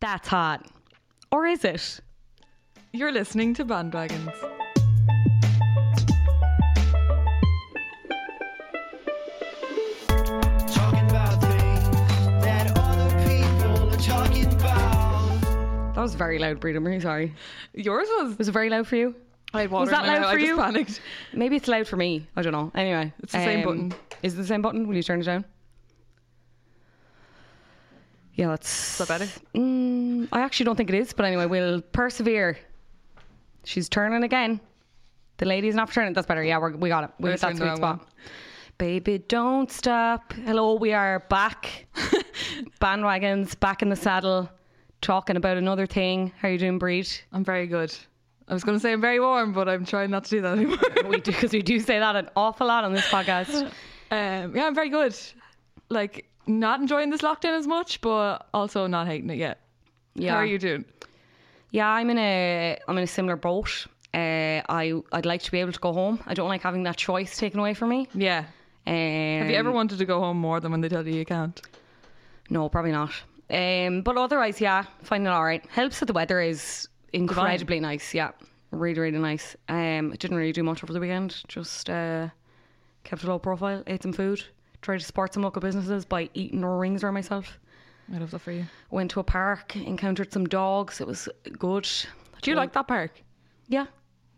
That's hot. Or is it? You're listening to Bandwagons. Talking about things that other people are talking about. That was very loud, Breed. I'm really sorry. Yours was. Was it very loud for you? I had water. was that in my loud mouth. for I you? Just panicked. Maybe it's loud for me. I don't know. Anyway, um, It's the same button. Is it the same button? Will you turn it down? Yeah, that's. Is that better? Mm, I actually don't think it is, but anyway, we'll persevere. She's turning again. The lady's not turning. That's better. Yeah, we're, we got it. We We're hit that turning the sweet wrong spot. Baby, don't stop. Hello, we are back. Bandwagons, back in the saddle, talking about another thing. How you doing, Breed? I'm very good. I was going to say I'm very warm, but I'm trying not to do that anymore. We do because we do say that an awful lot on this podcast. um, yeah, I'm very good. Like, not enjoying this lockdown as much, but also not hating it yet. Yeah. How are you doing? Yeah, I'm in a I'm in a similar boat. Uh, I I'd like to be able to go home. I don't like having that choice taken away from me. Yeah. Um, Have you ever wanted to go home more than when they tell you you can't? No, probably not. Um, but otherwise, yeah, finding it all right. Helps that the weather is incredibly nice. Yeah, really, really nice. Um, I didn't really do much over the weekend. Just uh, kept a low profile, ate some food, tried to support some local businesses by eating rings around myself. I love that for you. Went to a park, encountered some dogs. It was good. Do you like that park? Yeah.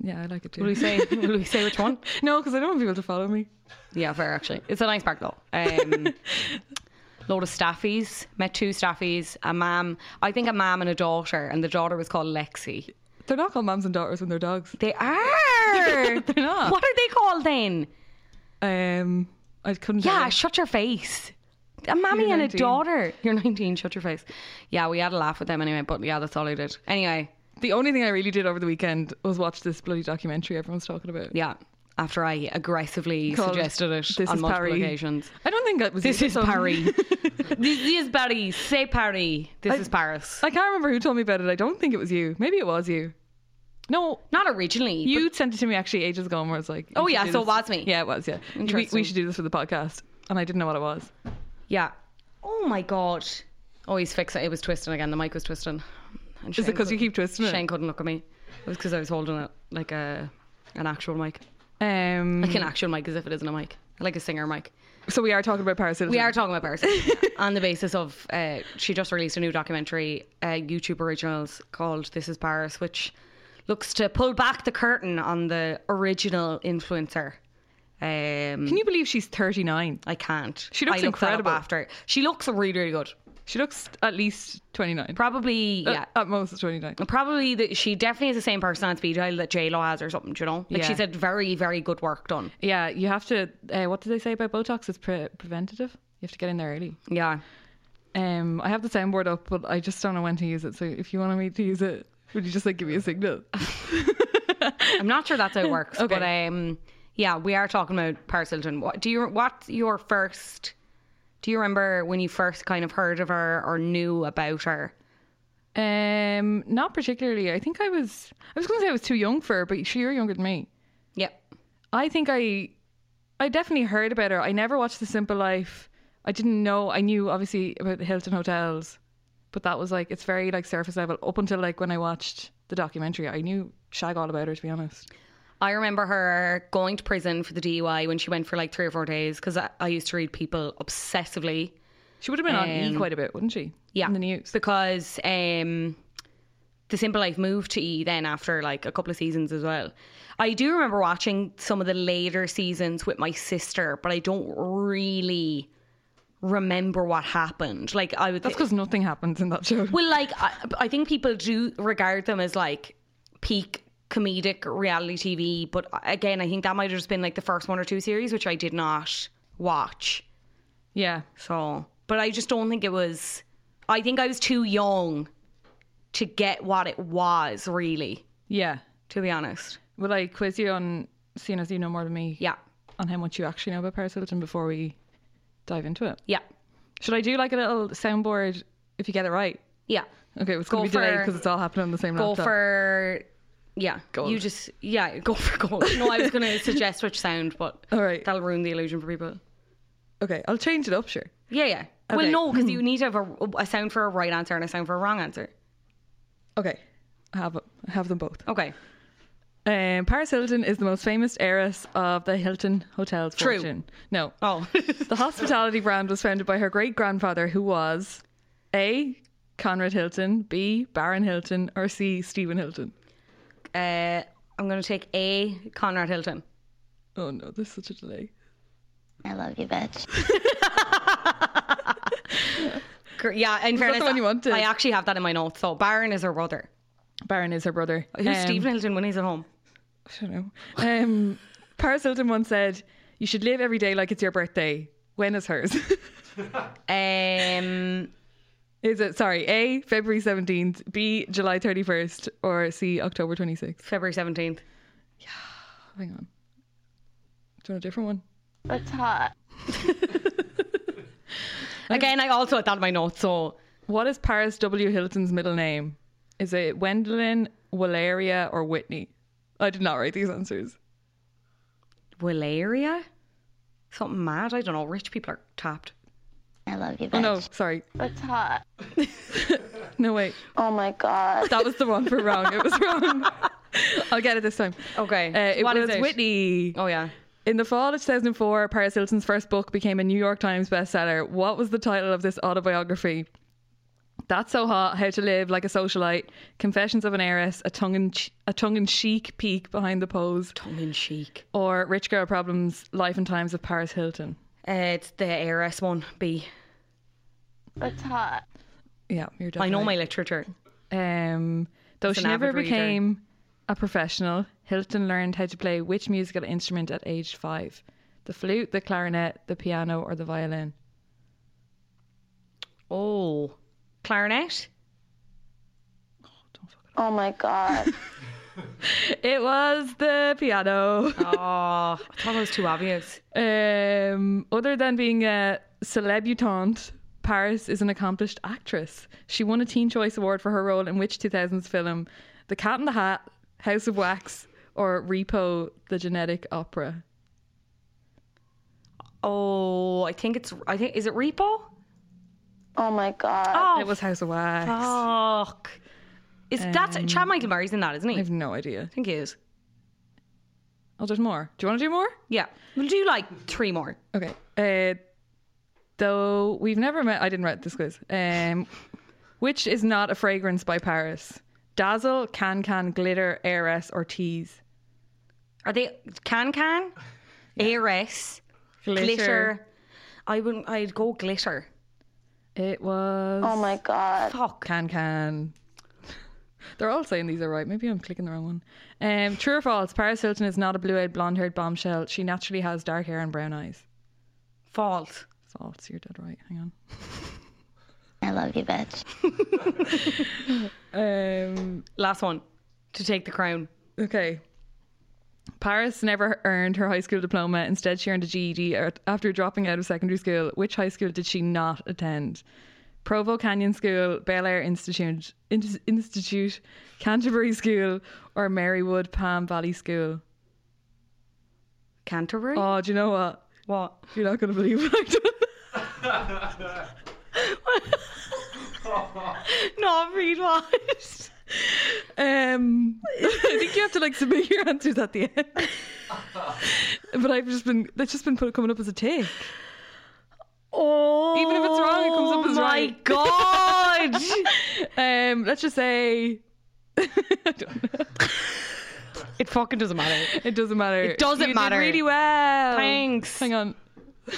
Yeah, I like it too. Will we say? will we say which one? no, because I don't want people to follow me. Yeah, fair actually. It's a nice park though. Um, load of staffies. Met two staffies. A mum. I think a mum and a daughter, and the daughter was called Lexi. They're not called mums and daughters when they're dogs. They are. They're not. What are they called then? Um, I couldn't. tell Yeah, you. shut your face. A mammy You're and a 19. daughter. You're 19. Shut your face. Yeah, we had a laugh with them anyway. But yeah, that's all I did. Anyway, the only thing I really did over the weekend was watch this bloody documentary everyone's talking about. yeah. After I aggressively Called suggested it This on Is multiple Paris. occasions. I don't think that was This you, is so- Paris. this, is Paris. Say Paris. This is Paris. I can't remember who told me about it. I don't think it was you. Maybe it was you. No, Not originally. you sent it to me actually ages ago, and I was like, Oh, we should yeah, do so it this. was me. Yeah, it was. Yeah, we, we Interesting. should do this for the podcast, and I didn't know what it was. Yeah. Oh my god. Oh, he's fixing. It was twisting again. The mic was twisting. And Is it Shane 'cause you couldn't- keep twisting it? Shane couldn't look at me. It was because I was holding it like a an actual mic, Um, like an actual mic, as if it isn't a mic, like a singer mic. so we are talking about Paris. We are talking about Paris yeah, on the basis of uh, she just released a new documentary, uh, YouTube Originals, called "This Is Paris," which looks to pull back the curtain on the original influencer. Um, Can you believe she's 39? I can't. She looks I looked that up incredible. After she looks really, really good. She looks at least 29. Probably, At- yeah. Uh, Oh. At most 29. Probably that she definitely is the same person on speed dial that J Lo has or something. Do you know? Like Yeah. she's had very, very good work done. Yeah, you have to. Uh, what do they say about Botox? It's pre- preventative. You have to get in there early. Yeah. Um, I have the soundboard up, but I just don't know when to use it. So if you wanted me to use it, would you just like give me a signal? I'm not sure that's how it works, Okay. but um, yeah, we are talking about Paris Hilton. What do you? What's your first Do you remember when you first kind of heard of her or knew about her? Um, not particularly. I think I was. I was going to say I was too young for her, but she you're younger than me. Yep. I think I, I definitely heard about her. I never watched The Simple Life. I didn't know. I knew obviously about the Hilton hotels, but that was like it's very like surface level. Up until like when I watched the documentary, I knew shag all about her to be honest. I remember her going to prison for the DUI when she went for like three or four days because I, I used to read people obsessively. She would have been on E Um, quite a bit, wouldn't she? Yeah. in the news. Because um, The Simple Life moved to E then after like a couple of seasons as well. I do remember watching some of the later seasons with my sister, but I don't really remember what happened. Like I would That's because nothing happens in that show. Well, like I, I think people do regard them as like peak comedic reality TV, but uh, again, I think that might have just been like the first one or two series, which I did not watch. yeah, So, but I just don't think it was. I think I was too young to get what it was really. yeah. To be honest, Will I quiz you on seeing as you know more than me? yeah, on how much you actually know about Paris Hilton before we dive into it. yeah, Should I do like a little soundboard if you get it right? yeah. Okay, it's Go going to be delayed for- because it's all happening on the same Go laptop. for. Yeah, you just yeah go for gold. No, I was going to suggest which sound, but All right. that'll ruin the illusion for people. Okay, I'll change it up, sure. Yeah, yeah. Well, Okay. no, because you need to have a, a sound for a right answer and a sound for a wrong answer. Okay, I have I have them both. Okay, Um, Paris Hilton is the most famous heiress of the Hilton Hotels True. fortune. No. Oh. the hospitality brand was founded by her great grandfather, who was A. Conrad Hilton, B. Baron Hilton, or C. Stephen Hilton. uh, I'm going to take A. Conrad Hilton. Oh no, there's such a delay. I love you, bitch. Gr- Yeah, in that fairness, the one you wanted? I actually have that in my notes. So Baron is her brother. Baron is her brother. Who's Um, Stephen Hilton when he's at home? I don't know. Um, Paris Hilton once said, "You should live every day like it's your birthday." When is hers? Um, is it sorry? A February seventeenth, B July thirty first, or C October twenty sixth? February seventeenth. Hang on. Do you want a different one? What's hot? Again, I also had that in my notes. So What is Paris W Hilton's middle name? Is it Wendelin, Valeria, or Whitney? I did not write these answers. Valeria, something mad. I don't know. Rich people are tapped. I love you, bitch. Oh no, sorry. What's hot? No wait, Oh my god. that was the one for wrong. It was wrong. I'll get it this time. Okay, Uh, it what is was it? Whitney. Oh yeah, In the fall of 2004, Paris Hilton's first book became a New York Times bestseller. What was the title of this autobiography? That's so hot. How to live like a socialite. Confessions of an heiress. A tongue in a tongue in chic peek behind the pose. tongue in cheek. Or rich girl problems. Life and times of Paris Hilton. Uh, it's the ARS one B. What's hot? Yeah, you're. I Definitely. know my literature. Um, though she an never avid reader. became a professional, Hilton learned how to play which musical instrument at age five: the flute, the clarinet, the piano, or the violin. Oh, clarinet. Oh my god. It was the piano. Oh, I thought it was too obvious. Um, other than being a celebutante, Paris is an accomplished actress. She won a Teen Choice Award for her role in which 2000s film, The Cat in the Hat, House of Wax, or Repo: The Genetic Opera? Oh, I think it's. I think is it Repo? Oh my god. Oh, It was House of Wax. Um, Fuck. Is that Chad Michael Murray's in that, isn't I he? Um, I have no idea. think he is. Oh, there's more. Do you want to do more? Yeah, we'll do like three more. Okay. Uh, though we've never met, I didn't write this quiz. Um, which is not a fragrance by Paris? Dazzle, Can Can, Glitter, Heiress, or Tease? Are they Can Can, ARS, glitter. I wouldn't. I'd go glitter. It was Oh my god. Fuck. Can Can. They're all saying these are right. Maybe I'm clicking the wrong one. Um, true or false? Paris Hilton is not a blue-eyed, blonde-haired bombshell. She naturally has dark hair and brown eyes. False. False. You're dead right. Hang on. I love you, bitch. Um, Um, Last one to take the crown. Okay. Paris never earned her high school diploma. Instead, she earned a GED ar- after dropping out of secondary school. Which high school did she not attend? Provo Canyon School, Bel Air Institute, Inst- Institute, Canterbury School, or Marywood Palm Valley School? Canterbury? Oh, do you know what? what? You're not going to believe what I've done. Not read what? Um, I think you have to like submit your answers at the end. but I've just been that's just been put, coming up as a take. Oh, Even if it's wrong, it comes up as right. my god! Um, let's just say I don't know. it fucking doesn't matter. It doesn't matter. It doesn't You did matter. really well. Thanks. Hang on.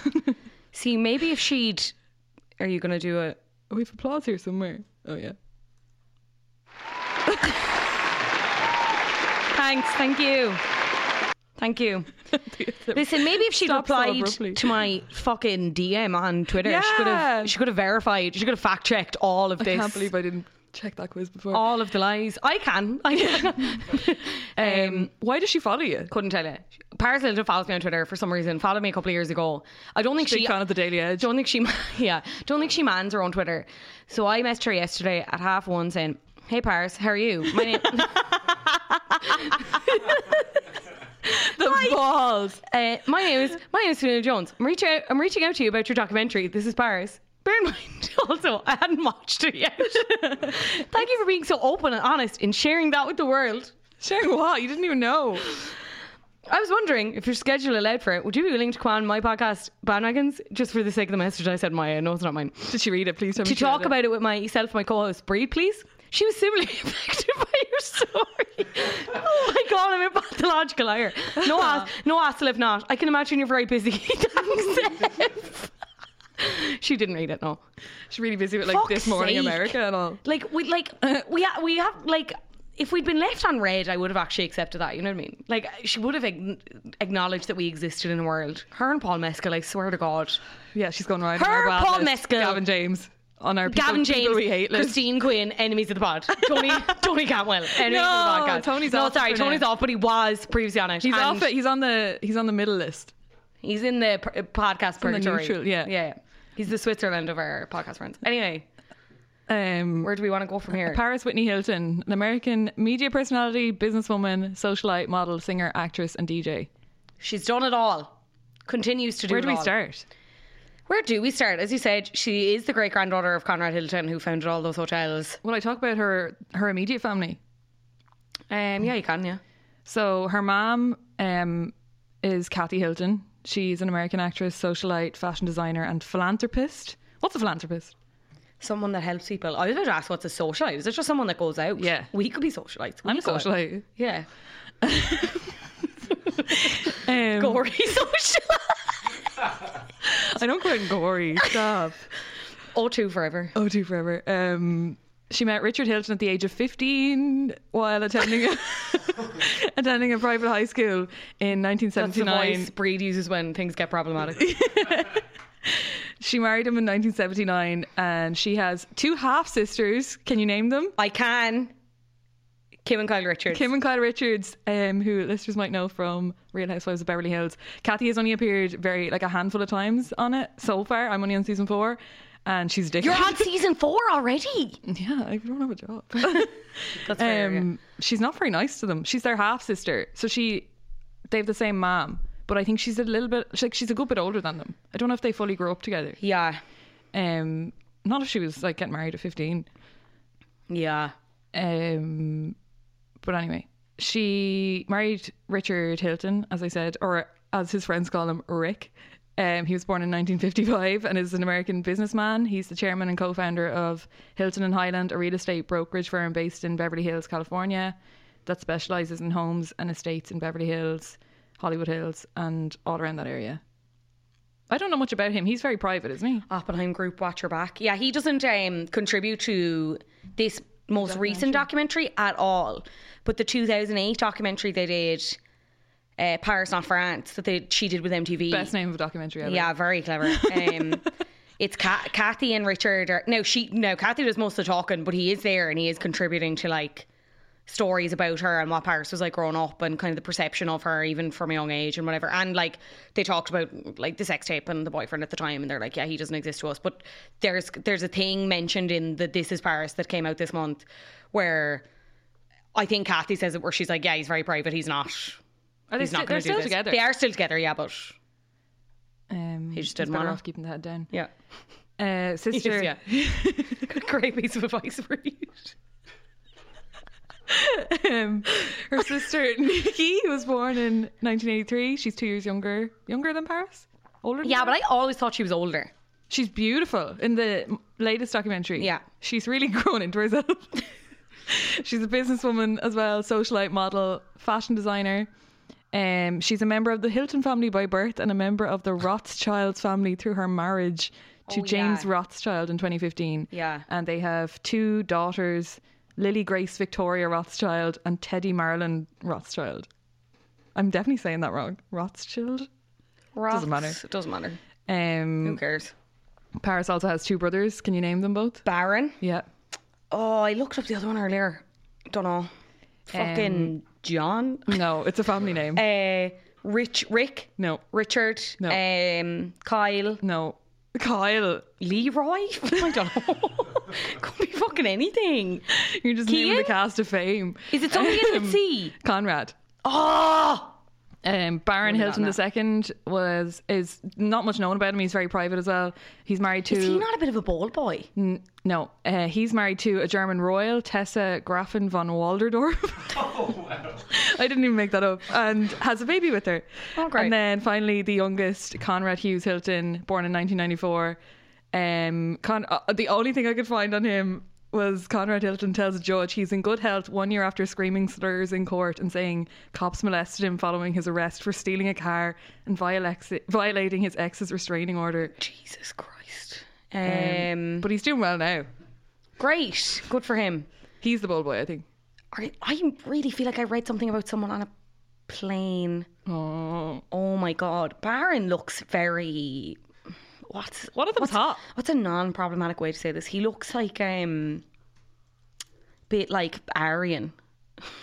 See, maybe if she'd, are you gonna do it? Oh, we have applause here somewhere. Oh yeah. Thanks, thank you, thank you. Listen, maybe if she'd Stop so replied abruptly. to my fucking DM on Twitter, she Yeah. could have she could have verified, she could have fact checked all of I this, can't believe I didn't check that quiz before. all of the lies. I can, I can. um, Why does she follow you? couldn't tell you. Paris Hilton follows me on Twitter for some reason. Followed me a couple of years ago. I don't think Big she fan of the Daily Edge. don't think she yeah don't think she mans her on Twitter. So I messaged her yesterday at half one saying, "Hey Paris, how are you?" My name. The balls. Uh, my name is my name is Selena Jones. I'm reaching out, I'm reaching out to you about your documentary. This is Paris. Bear in mind, also I hadn't watched it yet. Thank you for being so open and honest in sharing that with the world. Sharing what? You didn't even know. I was wondering if your schedule allowed for it, would you be willing to come on my podcast, Bandwagons, just for the sake of the message I said? My no, it's not mine. Did she read it? Please tell me. To she read talk it. about it with myself, my co-host Breed, please. She was similarly affected by your story. oh my god, I'm a pathological liar. No ass, no hassle if not. I can imagine you're very busy. Thanks. Ev. she didn't read it, no. She's really busy with like Fuck's this morning sake. America and all. Like we like we ha- we have like if we'd been left on red, I would have actually accepted that. You know what I mean? Like she would have ag- acknowledged that we existed in a world. Her and Paul Mescal, I swear to God. Yeah, she's going around. Her, on our bad Paul list. Mescal. Gavin James on our people, Gavin James, people we hate list. Christine Quinn, enemies of the pod. Tony, Tony Cantwell, enemies No, of the podcast. Tony's no, off sorry, for Tony's now. off, but he was previously on it. He's and off. It. He's on the. He's on the middle list. He's in the pr- uh, podcast in the purgatory. neutral, yeah. yeah, yeah. He's the Switzerland of our podcast friends. Anyway, Um, where do we want to go from here? Paris Whitney Hilton, an American media personality, businesswoman, socialite, model, singer, actress, and DJ. She's done it all. Continues to do. Where it do we all. start? Where do we start? As you said, she is the great granddaughter of Conrad Hilton, who founded all those hotels. Well, I talk about her her immediate family. Um, yeah, you can, yeah. So her mom um, is Kathy Hilton. She's an American actress, socialite, fashion designer, and philanthropist. What's a philanthropist? Someone that helps people. I was about to ask, what's a socialite? Is it just someone that goes out? Yeah. we could be socialites. We I'm a could. socialite. Yeah, Um, gory socialite. I don't go out in gory. Stop. Oh, two forever. Oh, two forever. Um, she met Richard Hilton at the age of 15 while attending a, attending a private high school in That's the 1979. voice Breed uses when things get problematic. She married him in 1979 and she has two half sisters. Can you name them? I can. Kim and Kyle Richards. Kim and Kyle Richards, um, who listeners might know from Real Housewives of Beverly Hills. Kathy has only appeared very like a handful of times on it so far. I'm only on season four, and she's addicted. You're on season four already. yeah, I don't have a job. That's fair. um, she's not very nice to them. She's their half sister, so she they have the same mom, but I think she's a little bit she's like she's a good bit older than them. I don't know if they fully grew up together. yeah. Um, not if she was like getting married at 15. yeah. Yeah. Um, but anyway, she married Richard Hilton, as I said, or as his friends call him, Rick. Um, he was born in 1955 and is an American businessman. He's the chairman and co-founder of Hilton and Highland, a real estate brokerage firm based in Beverly Hills, California, that specializes in homes and estates in Beverly Hills, Hollywood Hills, and all around that area. I don't know much about him. He's very private, isn't he? Oppenheim Group Watcher Back. Yeah, he doesn't um, contribute to this most recent documentary at all. But the 2008 documentary they did, uh, Paris Not France, that they she did with MTV. Best name of a documentary ever. Yeah, very clever. Um, it's Ca- Kathy and Richard. Are, no, she no Kathy does most of the talking, but he is there and he is contributing to like stories about her and what Paris was like growing up and kind of the perception of her even from a young age and whatever. And like they talked about like the sex tape and the boyfriend at the time and they're like, Yeah, he doesn't exist to us. But there's there's a thing mentioned in the This Is Paris that came out this month where I think Kathy says it where she's like, Yeah, he's very private, he's not Are they he's still, not they're gonna do still this. together? They are still together, yeah, but Um, He just he's didn't better wanna. off keeping that down. yeah. Uh, sister, yeah. Great piece of advice for you. um, her sister Nikki was born in 1983. She's two years younger, younger than Paris, older. Than Yeah, but Paris? I always thought she was older. she's beautiful in the m- latest documentary. Yeah. she's really grown into herself. she's a businesswoman as well, socialite model, fashion designer. Um, she's a member of the Hilton family by birth and a member of the Rothschild family through her marriage to Oh, James yeah. Rothschild in 2015. Yeah. and they have two daughters, Lily Grace Victoria Rothschild and Teddy Marilyn Rothschild. I'm definitely saying that wrong. Rothschild. Doesn't matter. Doesn't matter. Who Um, cares? Paris also has two brothers. Can you name them both? Baron. Yeah. Oh, I looked up the other one earlier. Don't know. Fucking John. Um, No, it's a family name. Uh, Rich Rick. No. Richard. No. Um, Kyle. No. Kyle. Leroy. I don't know. Could be fucking anything. You're just naming the Kian? cast of fame. Is it something in Um, the sea? Conrad. Oh, Um, Baron Hilton gotten II was is not much known about him. He's very private as well. He's married to is he not a bit of a bald boy? N- no, uh, he's married to a German royal, Tessa Grafin von Walderdorf. Oh, I didn't even make that up. And has a baby with her. Oh, great. And then finally, the youngest, Conrad Hughes Hilton, born in 1994. Um, Con- uh, the only thing I could find on him was Conrad Hilton tells a judge he's in good health one year after screaming slurs in court and saying cops molested him following his arrest for stealing a car and violax- violating his ex's restraining order. Jesus Christ. Um, But he's doing well now. great. Good for him. He's the ball boy, I think. Are- I really feel like I read something about someone on a plane. Oh. Oh my god, Baron looks very. What's One of them's what's, hot. What's a non-problematic way to say this? He looks like um, bit like Aryan.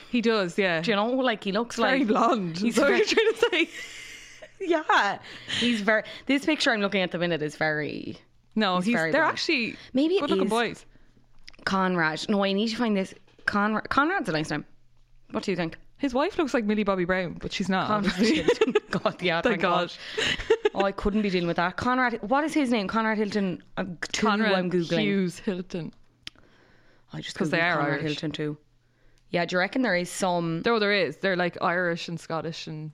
He does, yeah. Do you know? Like he looks very like blonde. He's He's what very- you're trying to say. Yeah, he's very. This picture I'm looking at the minute is very No, He's he's, very they're blonde. actually Maybe it good looking is- boys. Conrad. No, I need to find this. Conrad. Conrad's a nice name. What do you think? His wife looks like Millie Bobby Brown, but she's not. Conrad. obviously. Hilton. God, yeah. Thank God. Oh, I couldn't be dealing with that. Conrad. What is his name? Conrad Hilton. Uh, two, Conrad I'm googling. Hughes Hilton. I just 'Cause because they are Conrad Irish. Hilton too. Yeah, do you reckon there is some Though there is. They're like Irish and Scottish and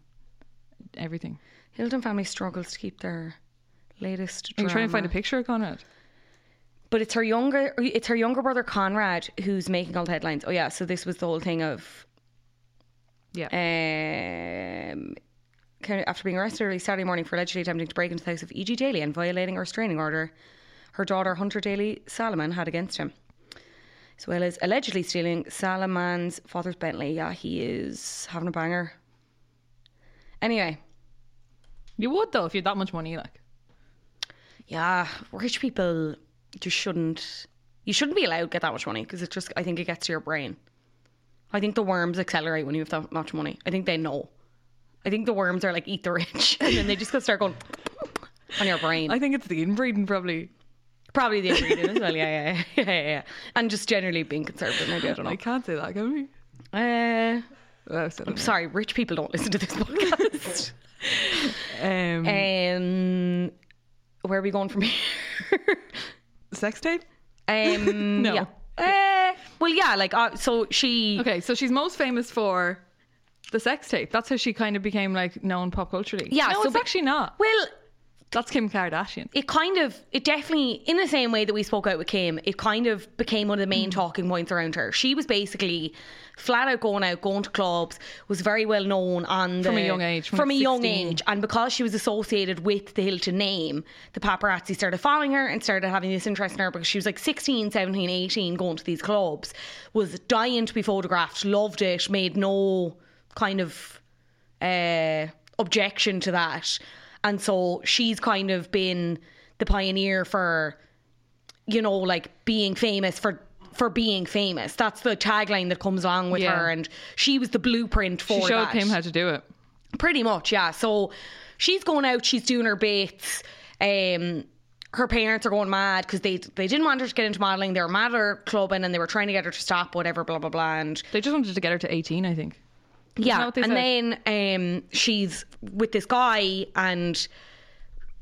everything. Hilton family struggles to keep their latest? Are you trying to find a drama. picture of Conrad? But it's her younger, it's her younger brother Conrad who's making all the headlines. Oh yeah, so this was the whole thing of, Yeah. Eh. um, kind of after being arrested early Saturday morning for allegedly attempting to break into the house of E.G. Daly and violating a restraining order her daughter Hunter Daly Salomon had against him, as well as allegedly stealing Salomon's father's Bentley. Yeah, he is having a banger. Anyway, You would, though, if you had that much money. like. yeah, rich people just shouldn't. You shouldn't be allowed to get that much money because it just. I think it gets to your brain. I think the worms accelerate when you have that much money. I think they know. I think the worms are like eat the rich, and then they just go start going on your brain. I think it's the inbreeding, probably. Probably the ingredient as well. Yeah, yeah, yeah, yeah, yeah. And just generally being conservative. Maybe I don't I know. can't say that, can we? Uh, Oh, I said it. sorry, rich people don't listen to this podcast. um, Eh. um, where are we going from here? sex tape? Um, No. Yeah. Uh, well, yeah, like, uh, so she. Okay, so she's most famous for the sex tape. That's how she kind of became like known pop culturally. Yeah, no, so it's but- actually not. Well, That's Kim Kardashian. it kind of, it definitely, in the same way that we spoke out with Kim, it kind of became one of the main Mm. talking points around her. She was basically flat out going out, going to clubs, was very well known on the, From a young age, from from a young 16. age, and because she was associated with the Hilton name, the paparazzi started following her and started having this interest in her because she was like 16, 17, 18, going to these clubs, was dying to be photographed, loved it, made no kind of uh, objection to that. And so she's kind of been the pioneer for, you know, like being famous for for being famous. That's the tagline that comes along with Yeah. her, and she was the blueprint for She showed that. him how to do it. Pretty much, yeah. So she's going out, she's doing her baits. Um, her parents are going mad because they they didn't want her to get into modelling. They were mad at her clubbing and they were trying to get her to stop, whatever, blah blah blah. And They just wanted to get her to 18, I think. yeah, what they and said? then um, she's with this guy and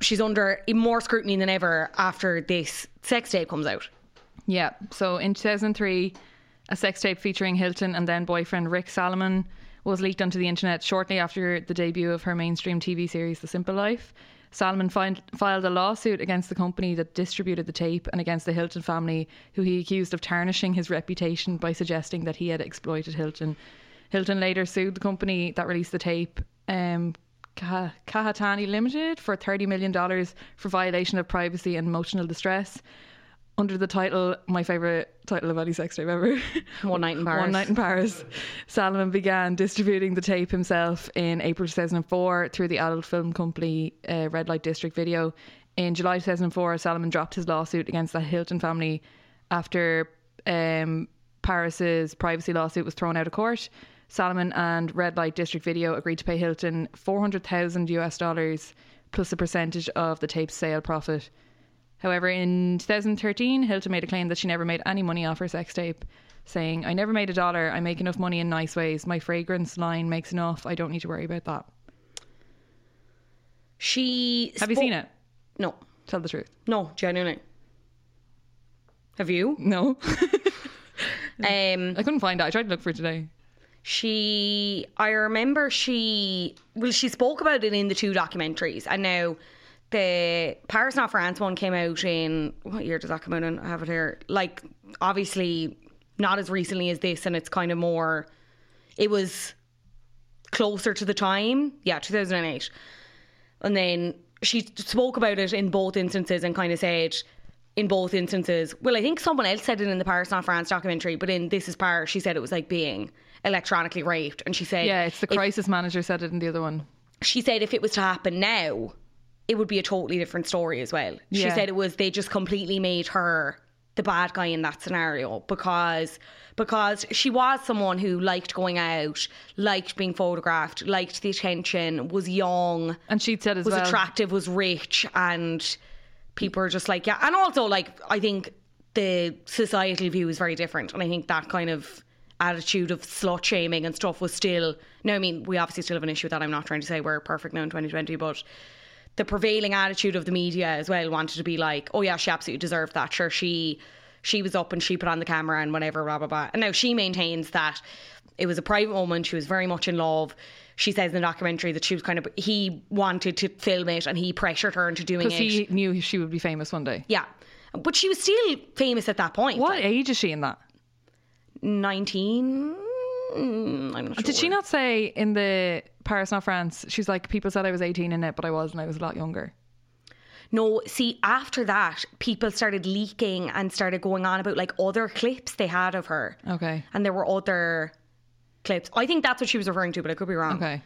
she's under more scrutiny than ever after this sex tape comes out. Yeah. So in 2003, a sex tape featuring Hilton and then boyfriend Rick Salomon was leaked onto the internet shortly after the debut of her mainstream TV series, The Simple Life. Salomon fin- filed a lawsuit against the company that distributed the tape and against the Hilton family, who he accused of tarnishing his reputation by suggesting that he had exploited Hilton. Hilton later sued the company that released the tape, um, Kah- Kahatani Limited, for $30 million for violation of privacy and emotional distress under the title, my favourite title of any sex tape ever. One night in Paris. One Night in Paris. Salomon began distributing the tape himself in April 2004 through the adult film company uh, Red Light District Video. In July 2004, Salomon dropped his lawsuit against the Hilton family after um, Paris's privacy lawsuit was thrown out of court. Salomon and Red Light District Video agreed to pay Hilton 400,000 US dollars plus a percentage of the tape's sale profit. However, in 2013, Hilton made a claim that she never made any money off her sex tape, saying, I never made a dollar. I make enough money in nice ways. My fragrance line makes enough. I don't need to worry about that. She Have you spo- seen it? No, Tell the truth. no, genuinely. Have you? No. Um, I couldn't find it. I tried to look for it today. she i remember she well she spoke about it in the two documentaries and now the paris not france one came out in what year does that come out in i have it here like obviously not as recently as this and it's kind of more it was closer to the time yeah 2008 and then she spoke about it in both instances and kind of said in both instances well i think someone else said it in the paris not france documentary but in this is paris she said it was like being electronically raped and she said Yeah, it's the if- crisis manager said it in the other one. she said if it was to happen now it would be a totally different story as well she Yeah. said it was they just completely made her the bad guy in that scenario because because she was someone who liked going out liked being photographed liked the attention was young And she said as was well. attractive, was rich, and people are just like, yeah. And also, like, I think the societal view is very different, and I think that kind of attitude of slut shaming and stuff was still. No, I mean, we obviously still have an issue with that. I'm not trying to say we're perfect now in 2020, but the prevailing attitude of the media as well wanted to be like, oh yeah, she absolutely deserved that. Sure, she she was up and she put on the camera and whatever, blah blah blah. And now she maintains that it was a private moment. She was very much in love. She says in the documentary that she was kind of he wanted to film it and he pressured her into doing it. Because he knew she would be famous one day. yeah. But she was still famous at that point. What Like, age is she in that? 19? Mm, I'm not sure. Did she not say in the Paris, not France, she's like, people said I was 18 in it, but I was, and I was a lot younger. No, see, after that, people started leaking and started going on about like other clips they had of her. Okay. and there were other clips. I think that's what she was referring to, but I could be wrong. Okay.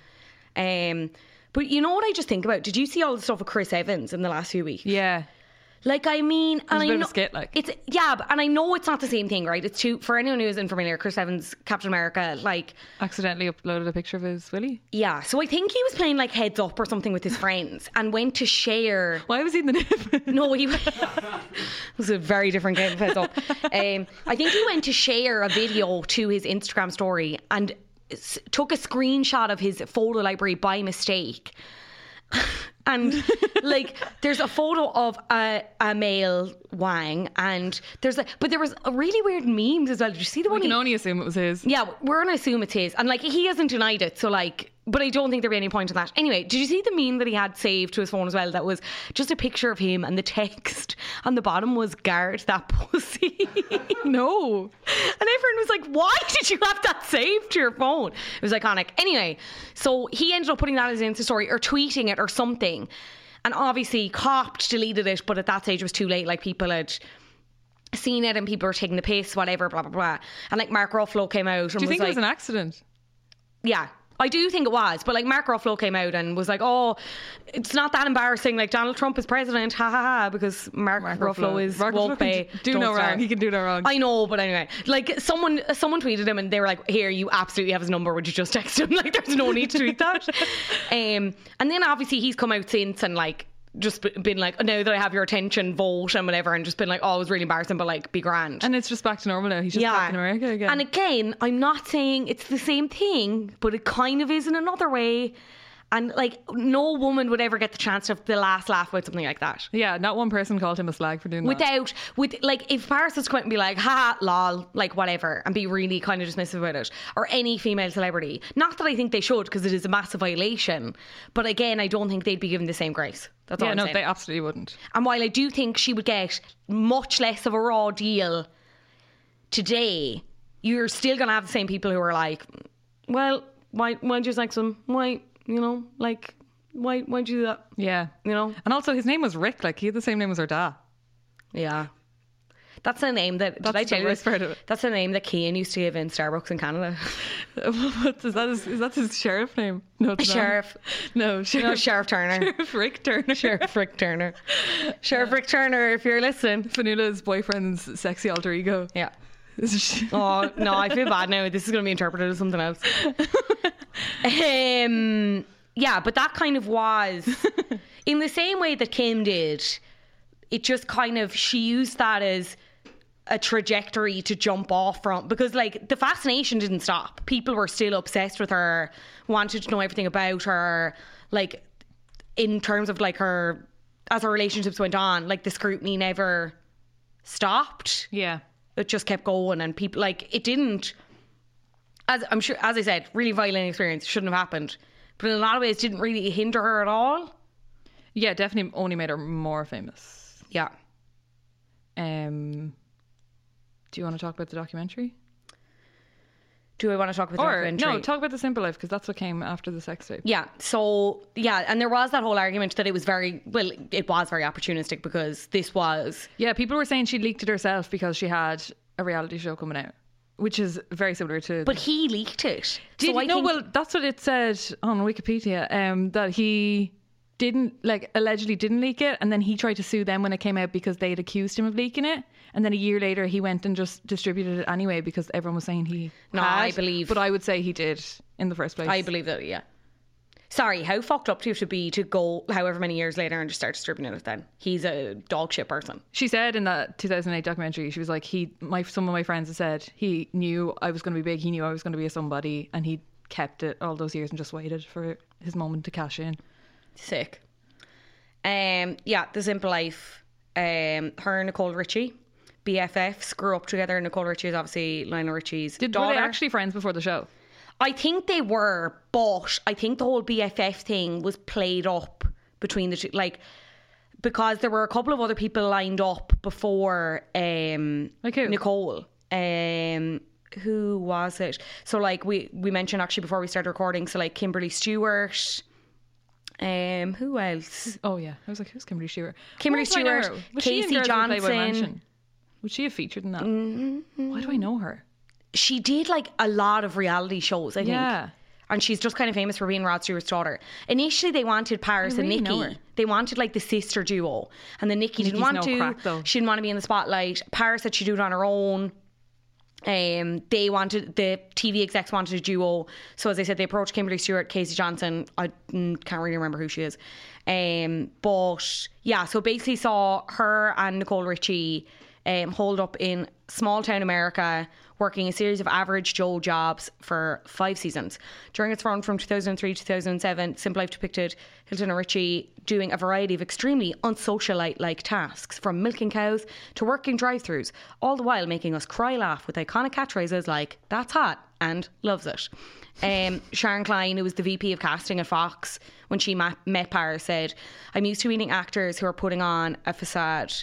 Um, but you know what I just think about? Did you see all the stuff with Chris Evans in the last few weeks? Yeah. Like, I mean, and a I bit of a know skit, like. it's yeah, but, and I know it's not the same thing, right? It's two for anyone who isn't familiar. Chris Evans, Captain America, like Accidentally uploaded a picture of his Willie. yeah. So I think he was playing like Heads Up or something with his friends and went to share. Why was he in the nip? No, he it was a very different game of heads up. Um, I think he went to share a video to his Instagram story and s- took a screenshot of his photo library by mistake. And like, there's a photo of a, a male Wang, and there's a but there was a really weird memes as well. Did you see the We one? can he- only assume it was his. yeah, we're gonna assume it's his, and like he hasn't denied it, so like, but I don't think there'd be any point in that. Anyway, did you see the meme that he had saved to his phone as well? That was just a picture of him, and the text on the bottom was "guard that pussy," and No. everyone was like, "Why did you have that saved to your phone?" It was iconic. Anyway, so he ended up putting that as an Insta story or tweeting it or something, and obviously copped, deleted it, but at that stage it was too late. Like people had. Seen it and people were taking the piss, whatever, blah blah blah. And like Mark Ruffalo came out. And Do you think like, it was an accident? yeah. I do think it was, but like Mark Ruffalo came out and was like, "Oh, it's not that embarrassing. Like Donald Trump is president, ha ha ha," because Mark, Ruffalo, is Mark won't Ruffalo can pay, do don't no start. wrong. He can do no wrong. I know, but anyway, like someone someone tweeted him and they were like, "Here, you absolutely have his number. Would you just text him? Like, there's no need to tweet that." um, and then obviously he's come out since and like just b- been like, "Now that I have your attention, vote and whatever," and just been like, "Oh, it was really embarrassing, but like, be grand." and it's just back to normal now. He's just back in America again. And again, I'm not saying it's the same thing, but it kind of is in another way. And like, no woman would ever get the chance to have the last laugh about something like that. yeah, not one person called him a slag for doing that. Without, with like, if Paris was come out and be like, ha, lol, like whatever, and be really kind of dismissive about it, or any female celebrity. Not that I think they should, because it is a massive violation. But again, I don't think they'd be given the same grace. That's all Yeah, I'm no, saying. they absolutely wouldn't. And while I do think she would get much less of a raw deal today, you're still going to have the same people who are like, well, why why'd you sex him? Why, you know, like, why why'd you do that? Yeah. You know? And also, his name was Rick. Like, he had the same name as her dad. Yeah. That's a name that did That's I the tell you worst this? part of it. That's a name that Kean used to give in Starbucks in Canada. What is that? His, is that his sheriff name? No, it's not. Sheriff. No, sheriff. No, Sheriff Turner. Sheriff Rick Turner. Sheriff Rick Turner. Sheriff Rick Turner, if you're listening. Fanula's boyfriend's sexy alter ego. Yeah. Is she- Oh no, I feel bad now. This is going to be interpreted as something else. um, yeah, but that kind of was in the same way that Kim did. It just kind of she used that as a trajectory to jump off from because like the fascination didn't stop. People were still obsessed with her, wanted to know everything about her. Like in terms of like her as her relationships went on, like the scrutiny never stopped Yeah. it just kept going and people like it didn't as I'm sure as I said, really violent experience shouldn't have happened. But in a lot of ways didn't really hinder her at all. Yeah, definitely only made her more famous. Yeah. Um, do you want to talk about the documentary? Do I want to talk about the Or documentary? no, talk about the simple life because that's what came after the sex tape. Yeah. So yeah, and there was that whole argument that it was very well, it was very opportunistic because this was Yeah, people were saying she leaked it herself because she had a reality show coming out, which is very similar to. but he leaked it. did so you I know? think- Well, that's what it said on Wikipedia. Um, that he didn't like allegedly didn't leak it, and then he tried to sue them when it came out because they had accused him of leaking it, and then a year later he went and just distributed it anyway because everyone was saying he. No, had. I believe- but I would say he did in the first place. I believe that, yeah. Sorry, how fucked up do you have to be to go however many years later and just start distributing it then? He's a dog shit person. She said in that 2008 documentary, she was like, he, my, some of my friends had said he knew I was going to be big, he knew I was going to be a somebody, and he kept it all those years and just waited for his moment to cash in. Sick. Um, yeah, The Simple Life. Um, her and Nicole Richie, BFFs, grew up together. Nicole Richie is obviously Lionel Richie's Did daughter. were they actually friends before the show? I think they were, but I think the whole BFF thing was played up between the two. Like, because there were a couple of other people lined up before um, Like who? Nicole. Um, who was it? So, like, we, we mentioned actually before we started recording, so like Kimberly Stewart. Um, who else? Oh yeah, I was like, who's Kimberly Stewart? Kimberly Why do I know Stewart, her? was she in Casey Girls with Playboy Johnson. Mansion? Would she have featured in that? Why do I know her? she did like a lot of reality shows, I Yeah. think. And she's just kind of famous for being Rod Stewart's daughter. Initially, they wanted Paris I really and know Nikki. her. They wanted like the sister duo, and then Nikki didn't Nikki's want no to. crack, though. She didn't want to be in the spotlight. Paris said she'd do it on her own. Um, they wanted the TV execs wanted a duo. So as I said, they approached Kimberly Stewart, Casey Johnson. I mm, can't really remember who she is. Um, but yeah, so basically saw her and Nicole Richie um, holed up in small town America, working a series of average Joe jobs for five seasons. During its run from 2003 to 2007, Simple Life depicted Hilton and Richie doing a variety of extremely unsocialite like tasks, from milking cows to working drive throughs, all the while making us cry laugh with iconic catchphrases like, That's hot and loves it. Um, Sharon Klein, who was the VP of casting at Fox when she ma- met Paris, said, I'm used to meeting actors who are putting on a facade.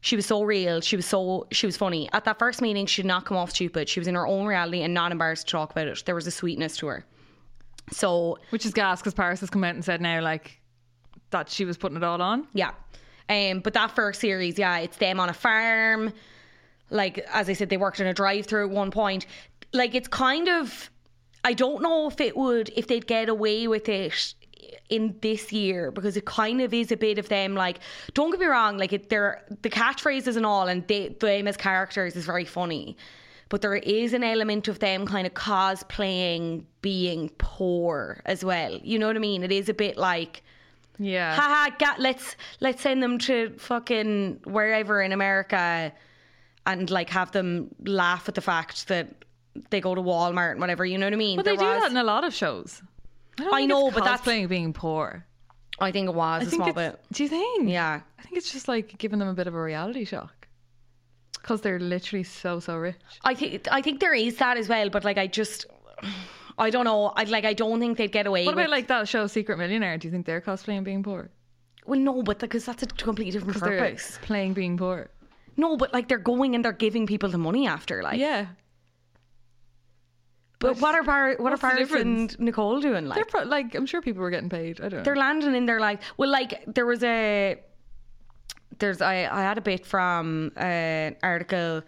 She was so real. She was so she was funny. At that first meeting, she did not come off stupid. She was in her own reality and not embarrassed to talk about it. There was a sweetness to her. So Which is gas because Paris has come out and said now like that she was putting it all on. yeah, um, but that first series, yeah, it's them on a farm. Like as I said, they worked in a drive-through at one point. Like it's kind of. I don't know if it would if they'd get away with it in this year because it kind of is a bit of them like don't get me wrong like it they're the catchphrases and all and they, them as characters is very funny but there is an element of them kind of cosplaying being poor as well you know what I mean it is a bit like Yeah. haha ga- let's let's send them to fucking wherever in America and like have them laugh at the fact that they go to Walmart and whatever you know what I mean But they There do was- that in a lot of shows. I, don't I think know, it's but that's- cosplaying being poor. I think it was I a think small it's- bit. Do you think? Yeah. I think it's just like giving them a bit of a reality shock because they're literally so so rich. I think I think there is that as well, but like I just I don't know. I like I don't think they'd get away. What with- about like that show Secret Millionaire? Do you think they're cosplaying being poor? Well, no, but because that's a completely different 'Cause they're like, purpose. playing being poor. No, but like they're going and they're giving people the money after. Like, Yeah, But what are Bar- what are what's the Paris difference? and Nicole doing? Like, they're pro- like I'm sure people were getting paid. I don't. know. they're landing in their life. Well, like there was a there's I I had a bit from uh, an article.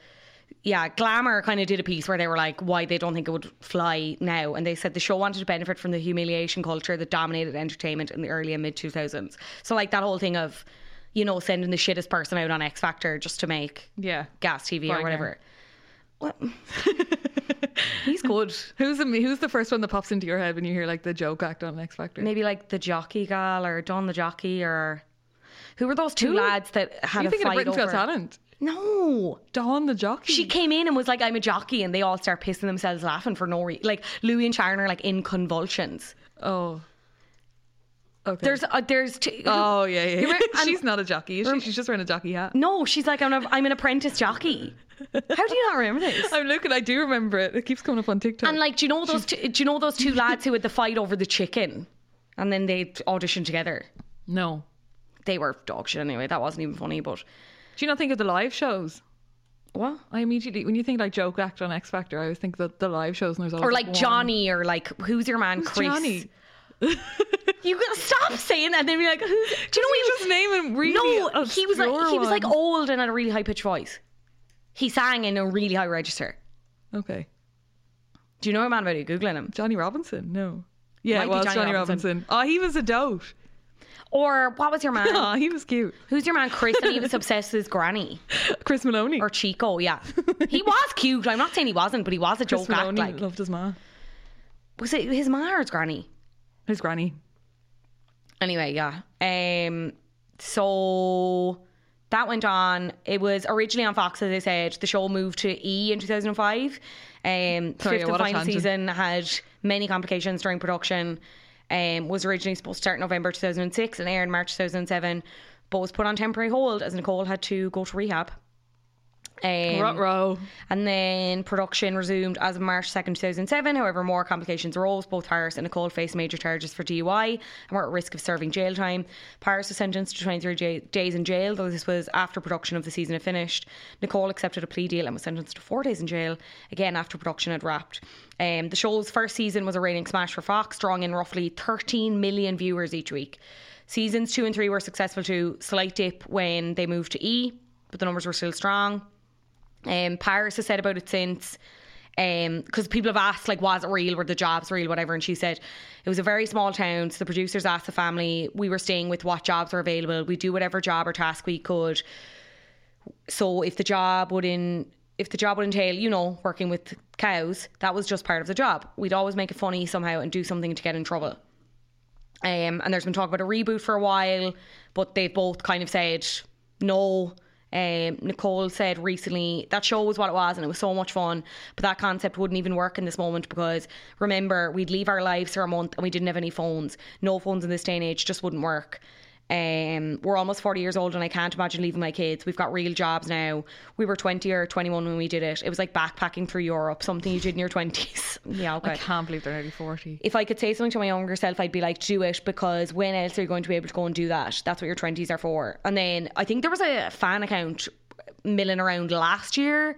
Yeah, Glamour kind of did a piece where they were like why they don't think it would fly now, and they said the show wanted to benefit from the humiliation culture that dominated entertainment in the early and mid two thousands. So like that whole thing of you know sending the shittest person out on X Factor just to make yeah. gas TV Wagner. or whatever. What? He's good. Who's the who's the first one that pops into your head when you hear like the joke act on X Factor? maybe like the jockey gal or Don the jockey or who were those two lads that had you a thinking of fight Britain's Got over? Talent? No, Dawn the jockey. she came in and was like, "I'm a jockey," and they all start pissing themselves laughing for no reason. Like Louis and Sharon are like in convulsions. Oh. Okay. There's uh, there's two Oh yeah, yeah. You yeah. re- and- She's not a jockey. Is she? She's just wearing a jockey hat. no, she's like, "I'm a, I'm an apprentice jockey." How do you not remember this? I'm looking. I do remember it. It keeps coming up on TikTok. And like, do you know those two, do you know those two lads who had the fight over the chicken, and then they auditioned together? no. They were dog shit anyway. That wasn't even funny, but Do you not think of the live shows? what? I immediately, when you think like joke act on X Factor, I always think that the live shows and there's always Or like one. Johnny, or like who's your man, Who's Chris? Johnny. You gotta stop saying that. And then be like, who's? Do you know He just naming really No, he was like obscure he was like ones. old and had a really high pitched voice. He sang in a really high register. Okay, Do you know a man about it? Googling him. Johnny Robinson. No. Yeah, Might it be was Johnny Johnny, Robinson. Robinson. Oh, he was a dote. Or what was your man? Oh, he was cute. who's your man, Chris? And he was obsessed with his granny Chris Maloney. or Chico. Yeah, he was cute. I'm not saying he wasn't, but he was a Chris joke act. Maloney Like loved his ma. was it his ma or his granny? His granny. Anyway, yeah. Um, so that went on. It was originally on Fox, as I said. The show moved to E in 2005. Um, Sorry, fifth and what a final tangent. season had many complications during production. Um, was originally supposed to start November 2006 and aired in March 2007, but was put on temporary hold as Nicole had to go to rehab. Um, Rut row. and then production resumed as of March 2nd, 2007. However, more complications arose. Both Paris and Nicole faced major charges for DUI and were at risk of serving jail time. Paris was sentenced to 23 ja- days in jail, though this was after production of the season had finished. Nicole accepted a plea deal and was sentenced to four days in jail, again after production had wrapped. Um, the show's first season was a reigning smash for Fox, drawing in roughly 13 million viewers each week. Seasons two and three were successful too, slight dip when they moved to E, but the numbers were still strong. Um, Paris has said about it since. Because people have asked, like, was it real? Were the jobs real? Whatever. And she said, it was a very small town. So the producers asked the family, we were staying with what jobs were available. We do whatever job or task we could. So if the job would in, if the job would entail, you know, working with cows, that was just part of the job. We'd always make it funny somehow and do something to get in trouble. Um, and there's been talk about a reboot for a while, but they've both kind of said no. Um, Nicole said recently that show was what it was and it was so much fun, but that concept wouldn't even work in this moment because remember, we'd leave our lives for a month and we didn't have any phones. No phones in this day and age just wouldn't work. Um, we're almost 40 years old and I can't imagine leaving my kids. We've got real jobs now. We were 20 or 21 when we did it. It was like backpacking through Europe, something you did in your 20s. yeah, okay I can't believe they're nearly forty. if I could say something to my younger self, I'd be like, do it because when else are you going to be able to go and do that? That's what your 20s are for. And then I think there was a fan account milling around last year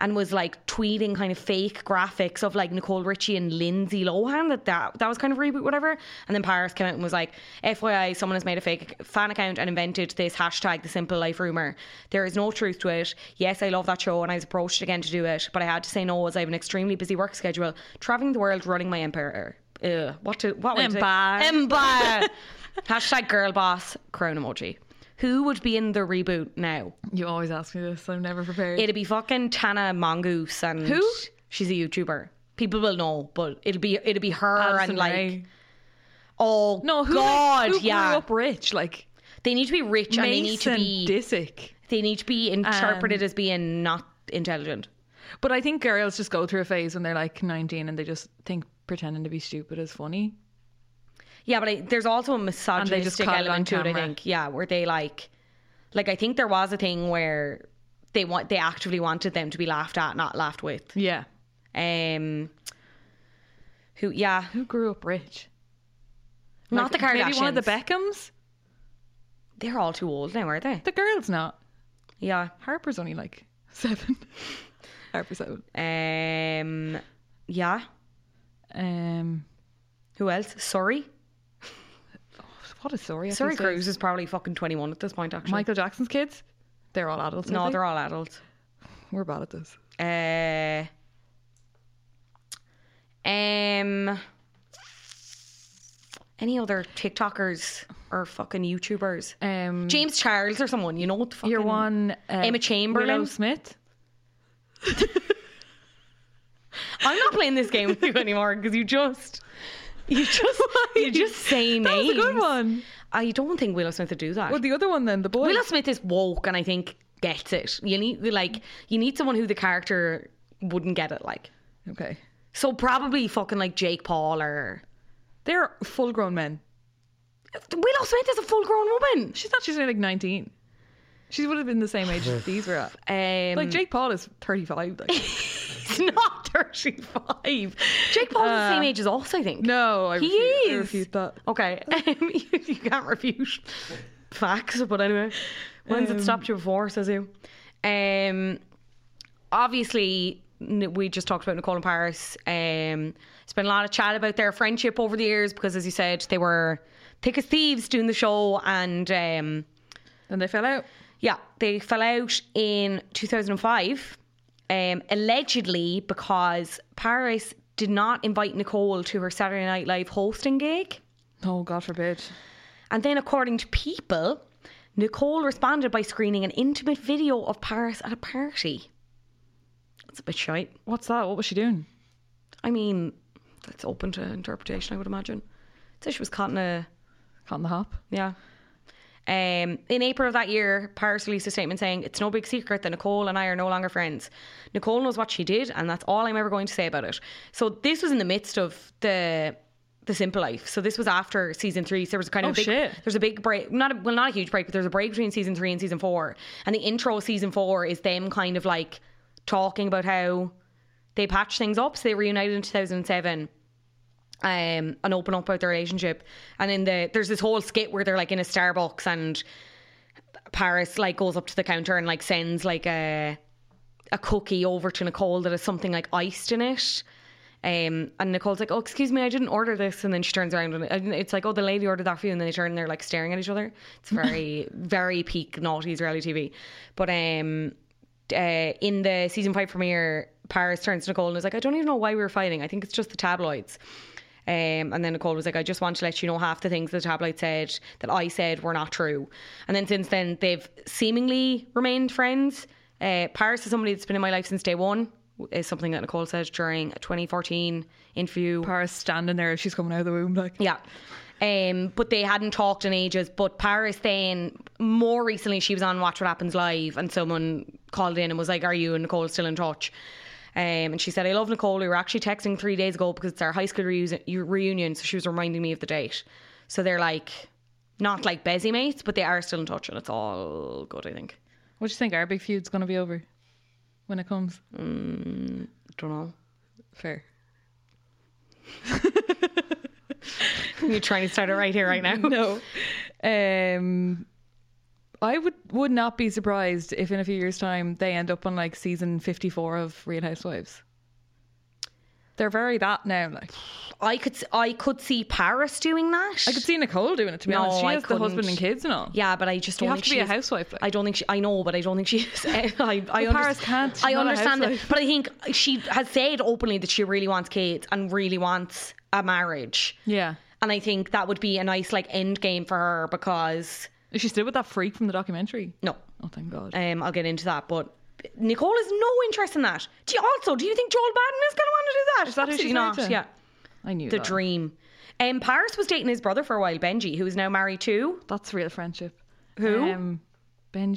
and was like tweeting kind of fake graphics of like Nicole Richie and Lindsay Lohan that that, that was kind of reboot whatever and then Paris came out and was like FYI someone has made a fake fan account and invented this hashtag the simple life rumor there is no truth to it yes I love that show and I was approached again to do it but I had to say no as I have an extremely busy work schedule traveling the world running my empire Ugh, uh, what to what way to say- Empire. empire hashtag girl boss crown emoji who would be in the reboot now You always ask me this. I'm never prepared. It'd be fucking Tana Mongoose and Who? She's a YouTuber. People will know, but it'll be it'll be her Addison and like Rae. oh no, who, god, like, who yeah. grew up rich? Like They need to be rich and they need to Mason Um, be Disick. they need to be interpreted as being not intelligent. But I think girls just go through a phase when they're like 19 and they just think pretending to be stupid is funny. Yeah, but I, there's also a misogynistic caught it on element to it. I camera. think, yeah, where they like, like I think there was a thing where they want they actively wanted them to be laughed at, not laughed with. Yeah. Um, who? Yeah, Who grew up rich? not the Kardashians. Maybe one of the Beckhams? They're all too old now, aren't they? The girl's not. Yeah. Harper's only like seven. Harper's seven. Um, yeah. Um, Who else? Sorry. what a story. Sorry, these days. Cruz is probably fucking 21 at this point, actually. Michael Jackson's kids? They're all adults. no, aren't they? they're all adults. We're bad at this. Uh, um, any other TikTokers or fucking YouTubers? Um, James Charles or someone, you know what the fucking... Your one. Uh, Emma Chamberlain? Willow Smith. I'm not playing this game with you anymore because you just... You just, you just say That was names. a good one. I don't think Willow Smith would do that. Well, the other one then, the boy. Willow Smith is woke, and I think gets it. You need like you need someone who the character wouldn't get it like. Okay. So probably fucking like Jake Paul or They're full grown men. Willow Smith is a full grown woman. She's not, she's only like 19. She would have been the same age that these were at. Um, Like Jake Paul is 35. Like. Jake's not thirty five. Jake Paul's the same age as us, I think. Uh, no, I he refute, I is. refute that. Okay, um, you, you can't refute facts, but anyway, when's Um, it stopped you before? Says you. Um, obviously, n- we just talked about Nicole and Paris. Um, there's been a lot of chat about their friendship over the years because, as you said, they were thick as thieves doing the show, and um, And they fell out. yeah, they fell out in 2005, um, allegedly because Paris did not invite Nicole to her Saturday Night Live hosting gig. Oh, God forbid. And then, according to People, Nicole responded by screening an intimate video of Paris at a party. That's a bit shite. What's that? What was she doing? I mean, that's open to interpretation, I would imagine. So she was caught in a Caught in the hop. yeah. Um, in April of that year, Paris released a statement saying, It's no big secret that Nicole and I are no longer friends. Nicole knows what she did, and that's all I'm ever going to say about it. So this was in the midst of the the simple life. So this was after season three. So there was kind of Oh, a big shit. there's a big break not a, well not a huge break, but there's a break between season three and season four. And the intro of season four is them kind of like talking about how they patched things up. So they reunited in two thousand and seven um, and open up about their relationship. And in the there's this whole skit where they're like in a Starbucks and Paris like goes up to the counter and like sends like a a cookie over to Nicole that has something like iced in it. Um, and Nicole's like, "Oh, excuse me, I didn't order this." And then she turns around and- and it's like, "Oh, the lady ordered that for you." And then they turn and they're like staring at each other. It's very, very peak naughty Israeli TV. But um, uh, in the season five premiere, Paris turns to Nicole and is like, I don't even know why we were fighting. I think it's just the tabloids. Um, and then Nicole was like, I just want to let you know half the things the tabloid said that I said were not true. And then since then, they've seemingly remained friends. Uh, Paris is somebody that's been in my life since day one, is something that Nicole said during a 2014 interview. Paris standing there if she's coming out of the womb. Like, Yeah. Um, but they hadn't talked in ages. But Paris then, more recently, she was on Watch What Happens Live, and someone called in and was like, Are you and Nicole still in touch? Um, and she said, I love Nicole. We were actually texting three days ago because it's our high school reu- eu- reunion. So she was reminding me of the date. So they're like, not like busy mates, but they are still in touch, and it's all good, I think. what do you think our big feud's going to be over when it comes? Don't know. Fair. You're trying to start it right here, right now. No. Um, I would would not be surprised if in a few years' time they end up on like season fifty four of Real Housewives. They're very that now. Like I could s- I could see Paris doing that. I could see Nicole doing it. To be No, honest, she I has the husband couldn't. and kids and all. Yeah, but I just You don't have think to be a she's- housewife, like. I don't think she, I know, but I don't think she is. I, I, I Paris can't, she's I not a understand it, housewife. but I think she has said openly that she really wants kids and really wants a marriage, Yeah. and I think that would be a nice like end game for her because Is she still with that freak from the documentary? no, Oh, thank God. um, I'll get into that, but. Nicole has no interest in that. Do you also? Do you think Joel Baden is going to want to do that? Is that who Absolutely she's married not? to? Yeah, I knew the that. dream. Um, Paris was dating his brother for a while, Benji, who is now married to That's real friendship. Who? Um, Benji.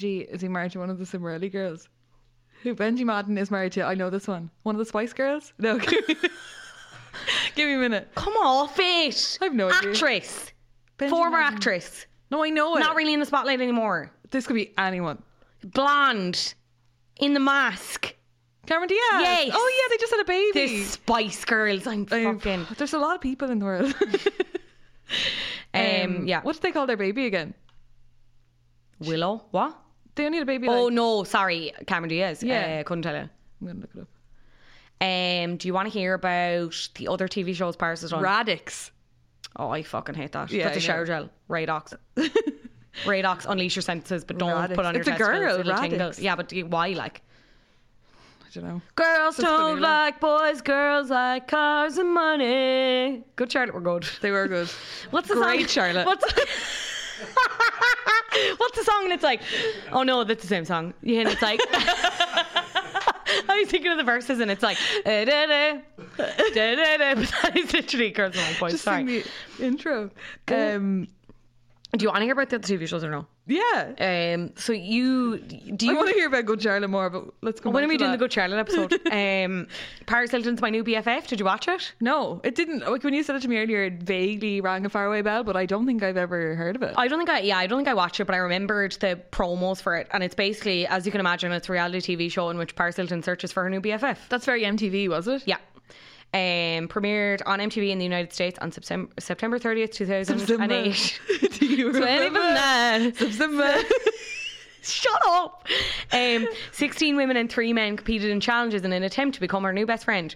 Is he married to one of the Cimarelli girls? Who Benji Madden is married to? I know this one. One of the Spice Girls? No. Give me, give me a minute. Come off it. I've no idea. actress, Benji former Madden. actress, No, I know it. not really in the spotlight anymore. This could be anyone. Blonde, in the mask. Cameron Diaz. Yes. Oh yeah, they just had a baby. The Spice Girls. I'm Um, fucking. There's a lot of people in the world. Um, yeah. What did they call their baby again? Willow. What? They only had a baby. Oh like- no, sorry, Cameron Diaz. Yeah. uh, couldn't tell you. I'm gonna look it up. Um, do you want to hear about the other TV shows Paris has done? Radix. oh, I fucking hate that. Yeah, put I the shower know. gel. Radox. Radox. Unleash your senses, but don't Radix. put on It's your a testicles, girl, it'll tingle. Radix. Yeah, but do- why? Like I don't know. girls That's funny, don't like boys, girls like cars and money. Good Charlotte, we're good. They were good. What's the Great song? Charlotte. What's What's the song? And it's like, oh no, that's the same song. Yeah, and it's like, I was thinking of the verses, and it's like, eh, da, da, da, da, da. but that is literally Girls on Point. Just Sorry. sing the intro. Um, Do you want to hear about the other TV shows or no? yeah. Um, so you do I you want to hear about Good Charlotte more, but let's go. When back are we to doing that. the Good Charlotte episode? um, Paris Hilton's my new BFF. Did you watch it? No, it didn't. Like when you said it to me earlier, it vaguely rang a faraway bell, but I don't think I've ever heard of it. I don't think I yeah I don't think I watched it, but I remembered the promos for it, and it's basically as you can imagine, it's a reality TV show in which Paris Hilton searches for her new BFF. That's very MTV, was it? Yeah. Um, premiered on MTV in the United States on September September 30th, 2008. Do you remember? that? September. Shut up. Um, 16 women and 3 men competed in challenges in an attempt to become her new best friend.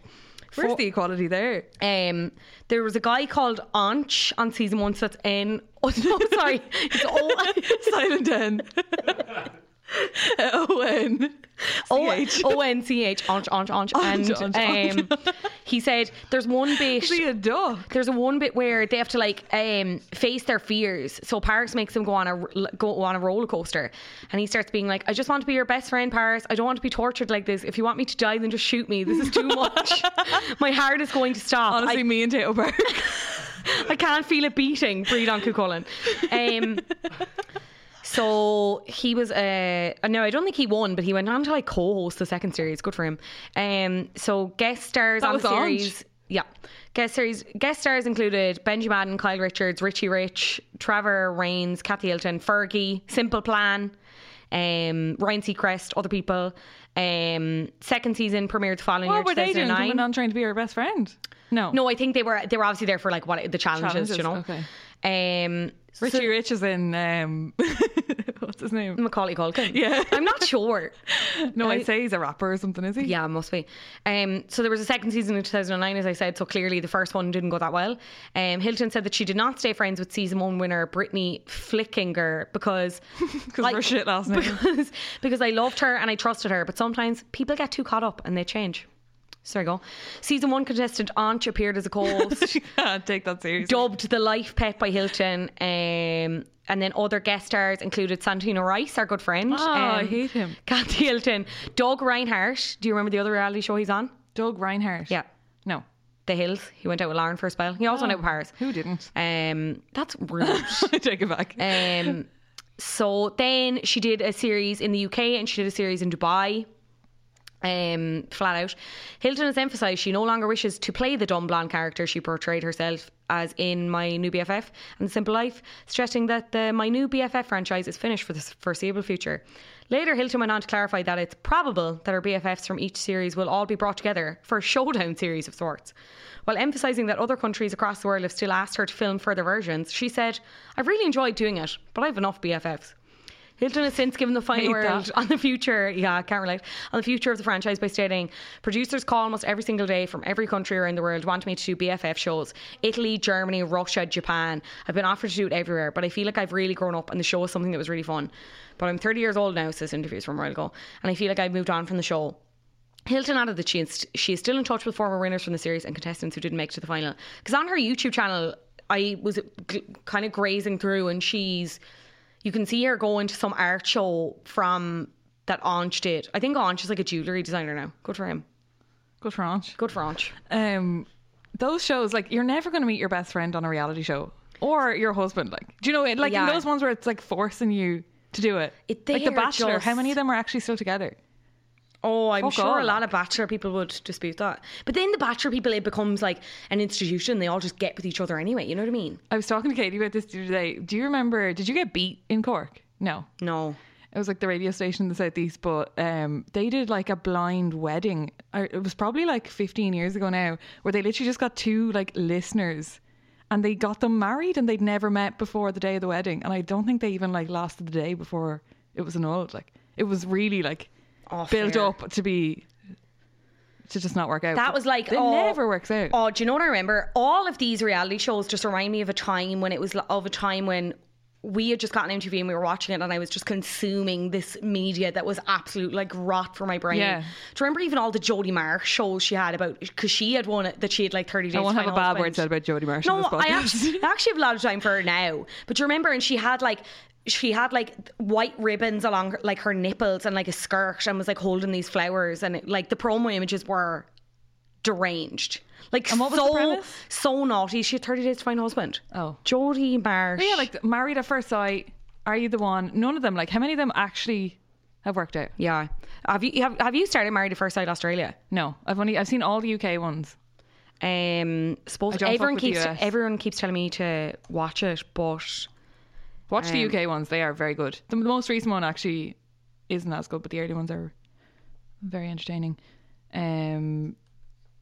Where's the equality there? Um, there was a guy called Anch on season 1 so that's N Oh no, sorry. It's O Silent N. O N. CH. O N C H Anch Anch Anch and Anch, Anch, um, he said there's one bit Is he a duck? there's a one bit where they have to like um, face their fears. So Paris makes them go on a go on a roller coaster, and he starts being like, "I just want to be your best friend, Paris. I don't want to be tortured like this. If you want me to die, then just shoot me. This is too much. My heart is going to stop. Honestly, I, me and Tato Park. I can't feel it beating." Breed on Cucullin. Um So he was uh no, I don't think he won, but he went on to like co-host the second series. Good for him. Um, so guest stars That on was the Ange. series. Yeah. Guest series guest stars included Benji Madden, Kyle Richards, Richie Rich, Trevor Rains, Kathy Hilton, Fergie, Simple Plan, um, Ryan Seacrest, other people. Um, second season premiered the following year, what were they doing? 2009. Coming on trying to be her best friend? No. No, I think they were they were obviously there for like what the challenges, Challenges, you know. okay. Um Richie Rich is in um, what's his name? Macaulay Culkin. Yeah, I'm not sure. no, I- I'd say he's a rapper or something, is he? Yeah, must be. Um, so there was a second season in 2009, as I said. So clearly the first one didn't go that well. Um, Hilton said that she did not stay friends with season one winner Brittany Flickinger because because we're shit last name. Because, because I loved her and I trusted her, but sometimes people get too caught up and they change. So there you go. Season one contestant Anch appeared as a co-host. take that seriously. Dubbed the life pet by Hilton. Um, and then other guest stars included Santino Rice, our good friend. Oh, I um, hate him. Kathy Hilton. Doug Reinhardt. Do you remember the other reality show he's on? Doug Reinhardt. Yeah. No. The Hills. He went out with Lauren for a spell. He also went out with Paris. Who didn't? Um, that's rude. I take it back. um, so then she did a series in the UK and she did a series in Dubai. Um, flat out. Hilton has emphasised she no longer wishes to play the dumb blonde character she portrayed herself as in My New BFF and Simple Life, stressing that the My New BFF franchise is finished for the foreseeable future. Later, Hilton went on to clarify that it's probable that her BFFs from each series will all be brought together for a showdown series of sorts. While emphasising that other countries across the world have still asked her to film further versions, she said, I've really enjoyed doing it, but I've enough BFFs. Hilton has since given the final Hate word that. on the future. Yeah, I can't relate. On the future of the franchise by stating, producers call almost every single day from every country around the world wanting me to do BFF shows. Italy, Germany, Russia, Japan. I've been offered to do it everywhere, but I feel like I've really grown up and the show is something that was really fun. But I'm 30 years old now, so this interview is from a while ago, and I feel like I've moved on from the show. Hilton added that she is, she is still in touch with former winners from the series and contestants who didn't make it to the final. Because on her YouTube channel, I was g- kind of grazing through, and she's you can see her going to some art show from that Ange did. I think Ange is like a jewellery designer now. Good for him. Good for Ange. Good for Ange. Um, those shows, like, you're never going to meet your best friend on a reality show or your husband. Like, do you know it? Like, in Yeah. those ones where it's like forcing you to do it. It- they like The are Bachelor, how just- many of them are actually still together? Oh, I'm Fuck sure all a lot of Bachelor people would dispute that. But then the Bachelor people, it becomes like an institution. They all just get with each other anyway. You know what I mean? I was talking to Katie about this the other day. Do you remember? Did you get beat in Cork? No. No. It was like the radio station in the southeast, but um, they did like a blind wedding. I, it was probably like 15 years ago now, where they literally just got two like listeners, and they got them married, and they'd never met before the day of the wedding, and I don't think they even like lasted the day before it was annulled. Like it was really like built Oh, fair. up to be to just not work out. That But was like it oh, never works out. Oh, do you know what I remember? All of these reality shows just remind me of a time when it was of a time when we had just gotten an interview and we were watching it, and I was just consuming this media that was absolute like rot for my brain. Yeah. Do you remember even all the Jodie Marsh shows she had about because she had one that she had like thirty days. I won't to have a find bad word husband. said about Jodie Marsh. on No, this podcast. I actually, I actually have a lot of time for her now. But you remember, and she had like she had like white ribbons along her, like her nipples and like a skirt and was like holding these flowers and it, like the promo images were deranged. Like And what was the so premise? so naughty. She had thirty days to find a husband. Oh. Jodie Marsh. But yeah, like married at first sight. Are you the one? None of them. Like, how many of them actually have worked out? yeah. Have you have, have you started Married at First Sight Australia? No, I've only I've seen all the UK ones. Um, suppose I don't fuck everyone with the keeps US. everyone keeps telling me to watch it, but Watch Um, the UK ones; they are very good. The, the most recent one actually isn't as good, but the early ones are very entertaining. Um,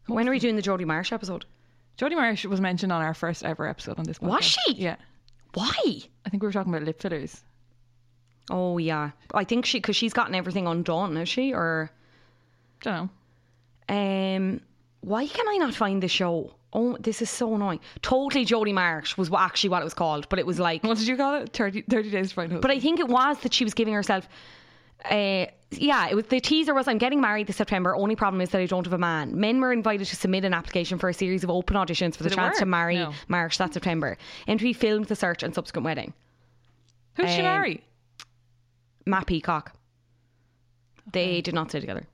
when are we doing the Jodie Marsh episode? Jodie Marsh was mentioned on our first ever episode on this. Podcast. Was she? Yeah, Why? I think we were talking about lip fillers. Oh yeah, I think she because she's gotten everything undone, has she? Or Don't know. um, why can I not find the show? Oh, this is so annoying. Totally Jodie Marsh was what, actually what it was called, but it was like. What did you call it? 30, 30 days to find a husband. But I think it was that she was giving herself. Uh, yeah, it was the teaser was I'm getting married this September. Only problem is that I don't have a man. Men were invited to submit an application for a series of open auditions for the Did it chance to work? marry No. Marsh that September. MTV filmed the search and subsequent wedding. Who did she um, marry? Matt Peacock. They did not stay together.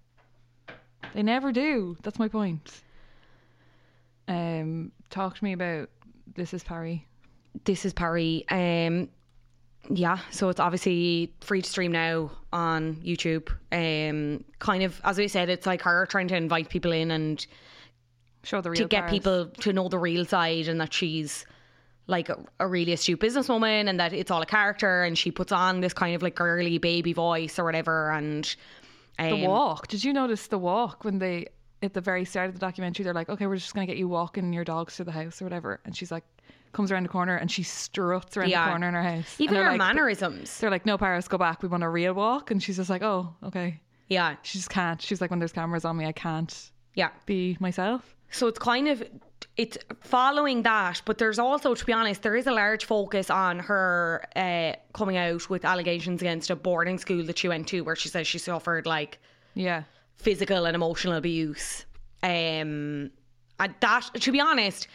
They never do. That's my point. Um, talk to me about this is Parry. this is Parry. Um, yeah, so it's obviously free to stream now on YouTube. Um, kind of as we said, it's like her trying to invite people in and Show the real to get Paris. people to know the real side and that she's like a, a really astute businesswoman and that it's all a character and she puts on this kind of like girly baby voice or whatever and um, the walk. Did you notice the walk when they at the very start of the documentary they're like, okay, we're just gonna get you walking your dogs through the house or whatever, and she's like, comes around the corner and she struts around Yeah. the corner in her house. Even And they're her like- mannerisms. They're like, no, Paris, go back. We want a real walk. And she's just like, oh, okay. Yeah. She just can't. She's like, when there's cameras on me, I can't yeah. be myself. So it's kind of it's following that, but there's also, to be honest, there is a large focus on her uh, coming out with allegations against a boarding school that she went to, where she says she suffered like yeah physical and emotional abuse. Um, and that, to be honest,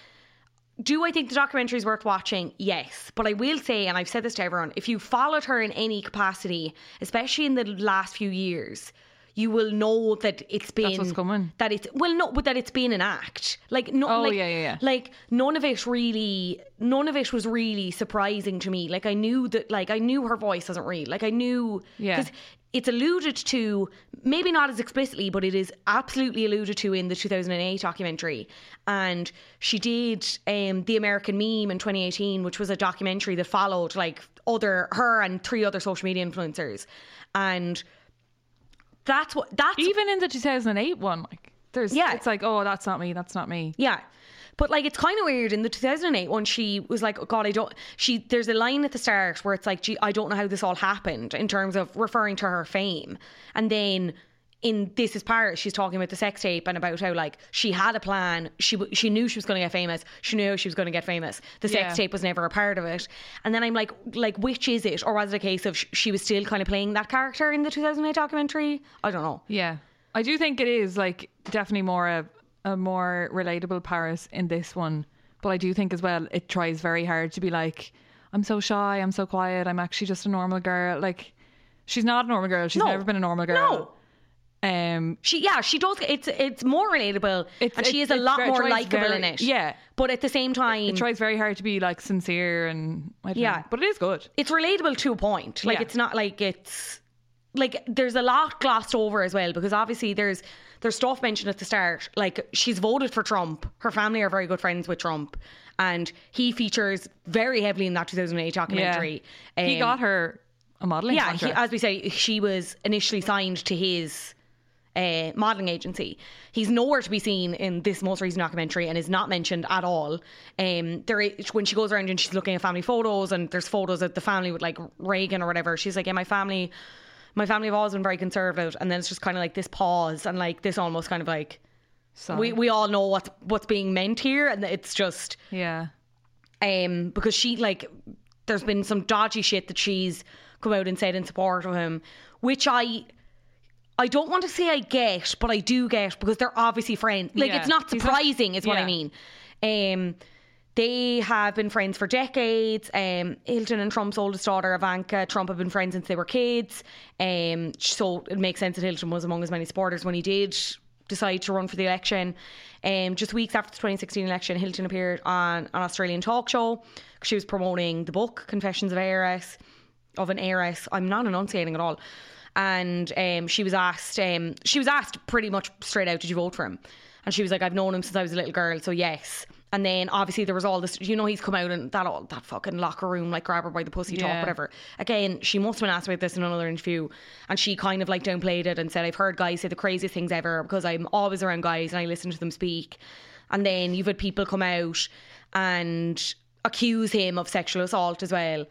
do I think the documentary is worth watching? Yes. But I will say, and I've said this to everyone, if you followed her in any capacity, especially in the last few years, you will know that it's been what's coming. That it's well, no, but that it's been an act. Like no, Oh, like, yeah, yeah, yeah. like none of it really, none of it was really surprising to me. Like I knew that, like I knew her voice wasn't real. Like I knew, Yeah. 'cause it's alluded to, maybe not as explicitly, but it is absolutely alluded to in the 2008 documentary. And she did um, the American Meme in 2018, which was a documentary that followed like other her and three other social media influencers, and that's what that's even in the 2008 one. Like, there's yeah, it's like, oh, that's not me. That's not me. Yeah. But like it's kind of weird in the 2008 one she was like oh god I don't she there's a line at the start where it's like gee I don't know how this all happened in terms of referring to her fame and then in this is Paris she's talking about the sex tape and about how like she had a plan she w- she knew she was going to get famous she knew she was going to get famous the sex Yeah. tape was never a part of it and then I'm like like which is it or was it a case of sh- she was still kind of playing that character in the 2008 documentary I don't know Yeah. I do think it is like definitely more a, a more relatable Paris in this one. But I do think as well it tries very hard to be like, I'm so shy, I'm so quiet, I'm actually just a normal girl. Like she's not a normal girl. She's No. never been a normal girl. No. Um She yeah, she does it's it's more relatable and she is a lot more likable in it. Yeah. But at the same time It tries very hard to be like sincere and I don't Yeah. know. But it is good. It's relatable to a point. Like Yeah. it's not like it's like there's a lot glossed over as well because obviously there's there's stuff mentioned at the start like she's voted for Trump her family are very good friends with Trump and he features very heavily in that 2008 documentary Yeah. He got her a modeling Um, yeah contract. He, as we say she was initially signed to his uh, modeling agency he's nowhere to be seen in this most recent documentary and is not mentioned at all um, there is, when she goes around and she's looking at family photos and there's photos of the family with like Reagan or whatever she's like yeah my family my family have always been very conservative and then it's just kind of like this pause and like this almost kind of like we, we all know what's what's being meant here and it's just yeah um, because she like there's been some dodgy shit that she's come out and said in support of him, which I I don't want to say I get, but I do get because they're obviously friends. Like Yeah. it's not He's not- surprising, is what I Yeah. mean. Um, they have been friends for decades. Um, Hilton and Trump's oldest daughter, Ivanka Trump, have been friends since they were kids. Um, so it makes sense that Hilton was among his many supporters when he did decide to run for the election. Um, just weeks after the 2016 election, Hilton appeared on an Australian talk show. She was promoting the book Confessions of ARS of an heiress. I'm not enunciating at all. And um, she was asked, um, she was asked pretty much straight out, did you vote for him? And she was like, I've known him since I was a little girl, so yes. And then obviously there was all this, you know, he's come out and that all that fucking locker room, like grab her by the pussy Yeah. talk, whatever. Again, she must have been asked about this in another interview, and she kind of like downplayed it and said, I've heard guys say the craziest things ever because I'm always around guys and I listen to them speak. And then you've had people come out and accuse him of sexual assault as well.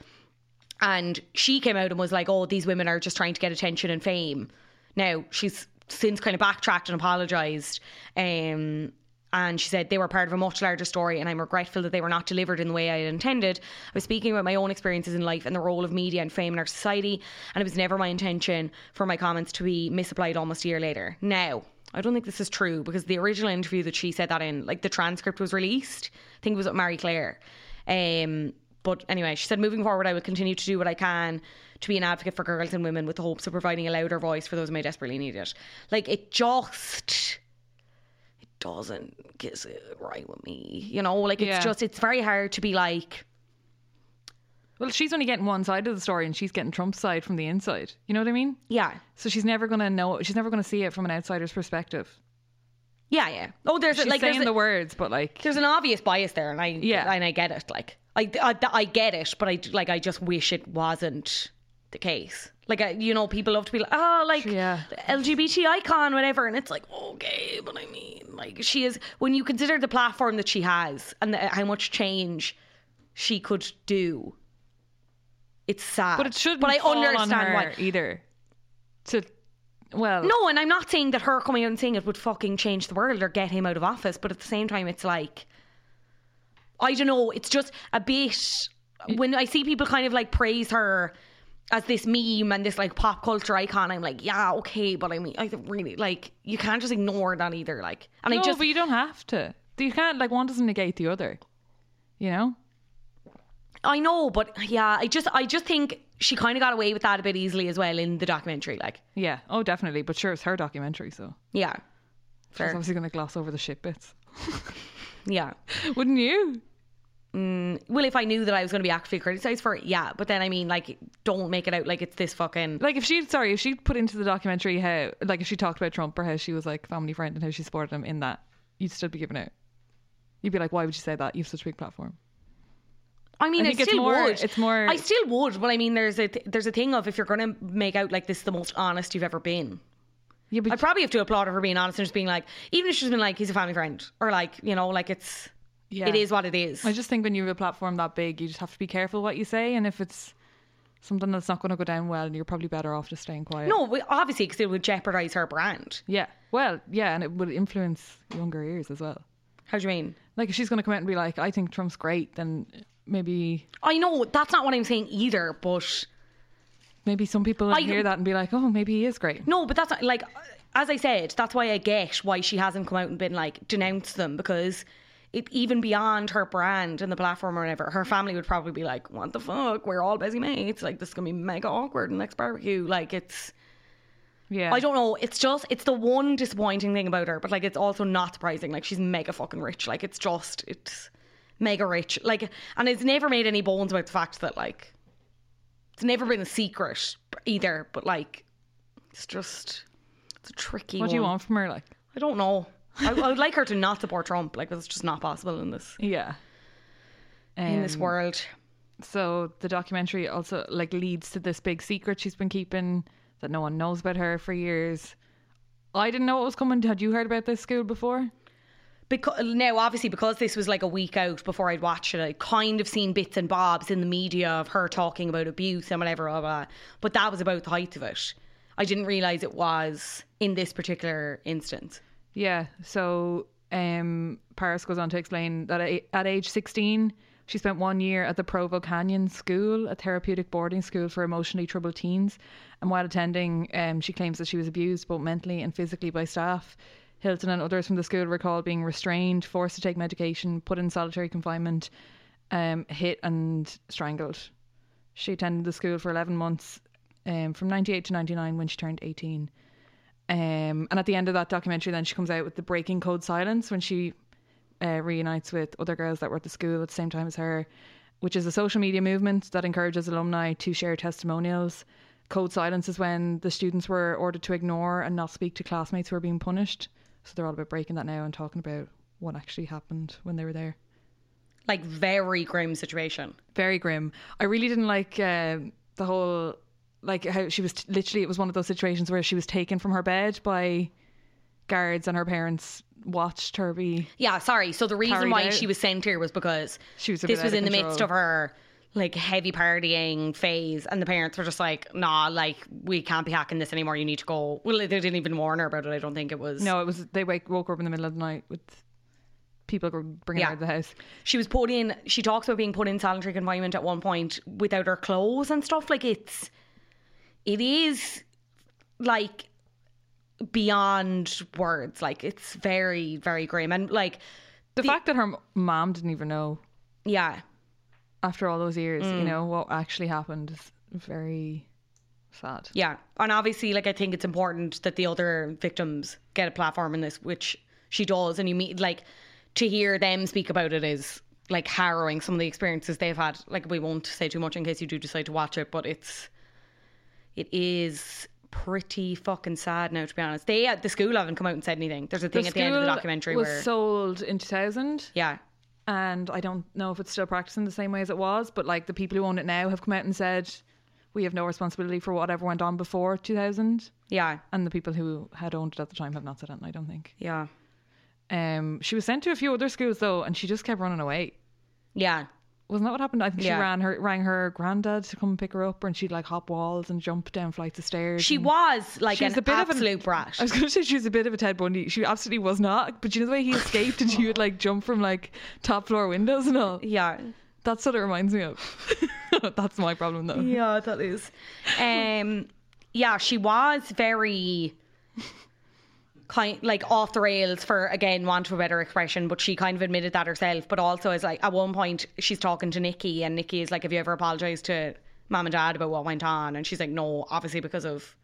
And she came out and was like, oh, these women are just trying to get attention and fame. Now, she's since kind of backtracked and apologised. Um, and she said they were part of a much larger story, and I'm regretful that they were not delivered in the way I had intended. I was speaking about my own experiences in life and the role of media and fame in our society, and it was never my intention for my comments to be misapplied almost a year later. Now, I don't think this is true because the original interview that she said that in, like the transcript was released. I think it was with Marie Claire. Um, but anyway, she said, moving forward, I will continue to do what I can to be an advocate for girls and women with the hopes of providing a louder voice for those who may desperately need it. Like, it just it doesn't kiss it right with me. You know, like, it's Yeah. just, it's very hard to be like, Well, she's only getting one side of the story and she's getting Trump's side from the inside. You know what I mean? Yeah. So she's never going to know, she's never going to see it from an outsider's perspective. yeah, yeah. Oh, there's she's like, saying there's a- the words, but like, There's an obvious bias there, and I Yeah. and I get it. Like I, I I get it, but I like I just wish it wasn't the case. Like I, you know, people love to be like, oh, like LGBT icon, whatever, and it's like okay, but I mean, like she is when you consider the platform that she has and the, how much change she could do. It's sad. But it shouldn't Ah. But I fall on understand her why. either. To well, No, and I'm not saying that her coming out and saying it would fucking change the world or get him out of office, but at the same time, it's like, I don't know. It's just a bit when I see people kind of like praise her as this meme and this like pop culture icon. I'm like, yeah, okay, but I mean, I don't really like you can't just ignore that either. Like, and no, I just but you don't have to. You can't like one doesn't negate the other. You know. I know, but yeah, I just I just think she kind of got away with that a bit easily as well in the documentary. Like, Yeah. Oh, definitely. But sure, it's her documentary, so yeah, she's obviously going to gloss over the shit bits. yeah. Wouldn't you? Mm, well, if I knew that I was going to be actively criticized for it, yeah. But then I mean, like, don't make it out like it's this fucking. Like if she, sorry, if she put into the documentary how, like if she talked about Trump or how she was like family friend and how she supported him in that, you'd still be giving out. You'd be like, why would you say that? You have such a big platform. I mean, I I, think it's still more- would. it's more- I still would, but I mean, there's a th- there's a thing of if you're going to make out like this is the most honest you've ever been. Yeah, but I'd probably have to applaud her for being honest and just being like, even if she's been like, he's a family friend, or like, you know, like it's, Yeah. it is what it is. I just think when you have a platform that big, you just have to be careful what you say, and if it's something that's not going to go down well, you're probably better off just staying quiet. No, we- obviously, because it would jeopardize her brand. Yeah. Well, yeah, and it would influence younger ears as well. How do you mean? Like if she's going to come out and be like, I think Trump's great, then maybe I know that's not what I'm saying either, but maybe some people will I- hear that and be like, oh, maybe he is great. no, but that's not, like, as I said, that's why I get why she hasn't come out and been like denounce them because it even beyond her brand and the platform or whatever, her family would probably be like, what the fuck? We're all busy mates. Like this is gonna be mega awkward next barbecue. Like it's. Yeah. I don't know. It's just it's the one disappointing thing about her, but like it's also not surprising. Like she's mega fucking rich. Like it's just it's mega rich. Like and it's never made any bones about the fact that like it's never been a secret either. But like it's just it's a tricky. What do you one. want from her? Like, I don't know. I, I would like her to not support Trump. Like it's just not possible in this yeah. in this Um, world. So the documentary also like leads to this big secret she's been keeping that no one knows about her for years. I didn't know what was coming. Had you heard about this school before? because now obviously because this was like a week out before I'd watched it, I kind of seen bits and bobs in the media of her talking about abuse and whatever, blah, blah, blah. but that was about the height of it. I didn't realize it was in this particular instance. Yeah. So um, Paris goes on to explain that at at age 16, she spent one year at the Provo Canyon School, a therapeutic boarding school for emotionally troubled teens. And while attending, um, she claims that she was abused both mentally and physically by staff. Hilton and others from the school recall being restrained, forced to take medication, put in solitary confinement, um, hit, and strangled. She attended the school for 11 months um, from 98 to 99 when she turned 18. Um, and at the end of that documentary, then she comes out with the breaking code silence when she uh, reunites with other girls that were at the school at the same time as her, which is a social media movement that encourages alumni to share testimonials. Code silence is when the students were ordered to ignore and not speak to classmates who were being punished. So they're all about breaking that now and talking about what actually happened when they were there. Like very grim situation. Very grim. I really didn't like um the whole like how she was t- literally it was one of those situations where she was taken from her bed by guards and her parents watched her be Yeah, sorry. So the reason Carried why out. she was sent here was because She was a bit this out was of in the control. midst of her like heavy partying phase and the parents were just like, nah, like we can't be hacking this anymore. You need to go. Well, they didn't even warn her about it. I don't think it was. No, it was they wake woke her up in the middle of the night with people gr- bringing her out of the house. She was put in. She talks about being put in solitary confinement at one point without her clothes and stuff. Like it's, it is, like, beyond words. Like it's very, very grim. And like, The, fact that her m- mom didn't even know yeah, after all those years, you Mm. know, what actually happened is very sad. yeah. And obviously, like, I think it's important that the other victims get a platform in this, which she does. And you meet like to hear them speak about it is like harrowing. Some of the experiences they've had. Like, we won't say too much in case you do decide to watch it, but it's. It is pretty fucking sad now, to be honest. They at the school haven't come out and said anything. There's a thing at the end of the school documentary was where sold in 2000. yeah, and I don't know if it's still practicing the same way as it was, but like the people who own it now have come out and said we have no responsibility for whatever went on before 2000. Yeah. And the people who had owned it at the time have not said anything, I don't think. yeah, Um, she was sent to a few other schools though, and she just kept running away. yeah. Wasn't that what happened? I think Yeah. she ran her rang her granddad to come and pick her up, and she'd like hop walls and jump down flights of stairs. She and- was like She an was Mm. a bit of an- absolute brat. I was going to say she was a bit of a Ted Bundy. She absolutely was not. But you know the way he escaped, and she would like jump from like top floor windows and all. Yeah, that's what it reminds me of. that's my problem though. yeah, that is. Um, yeah, she was very kind like off the rails for again want of a better expression, but she kind of admitted that herself. But also is like at one point she's talking to Nikki and Nikki is like, Have you ever apologized to mom and dad about what went on? And she's like, No, obviously because of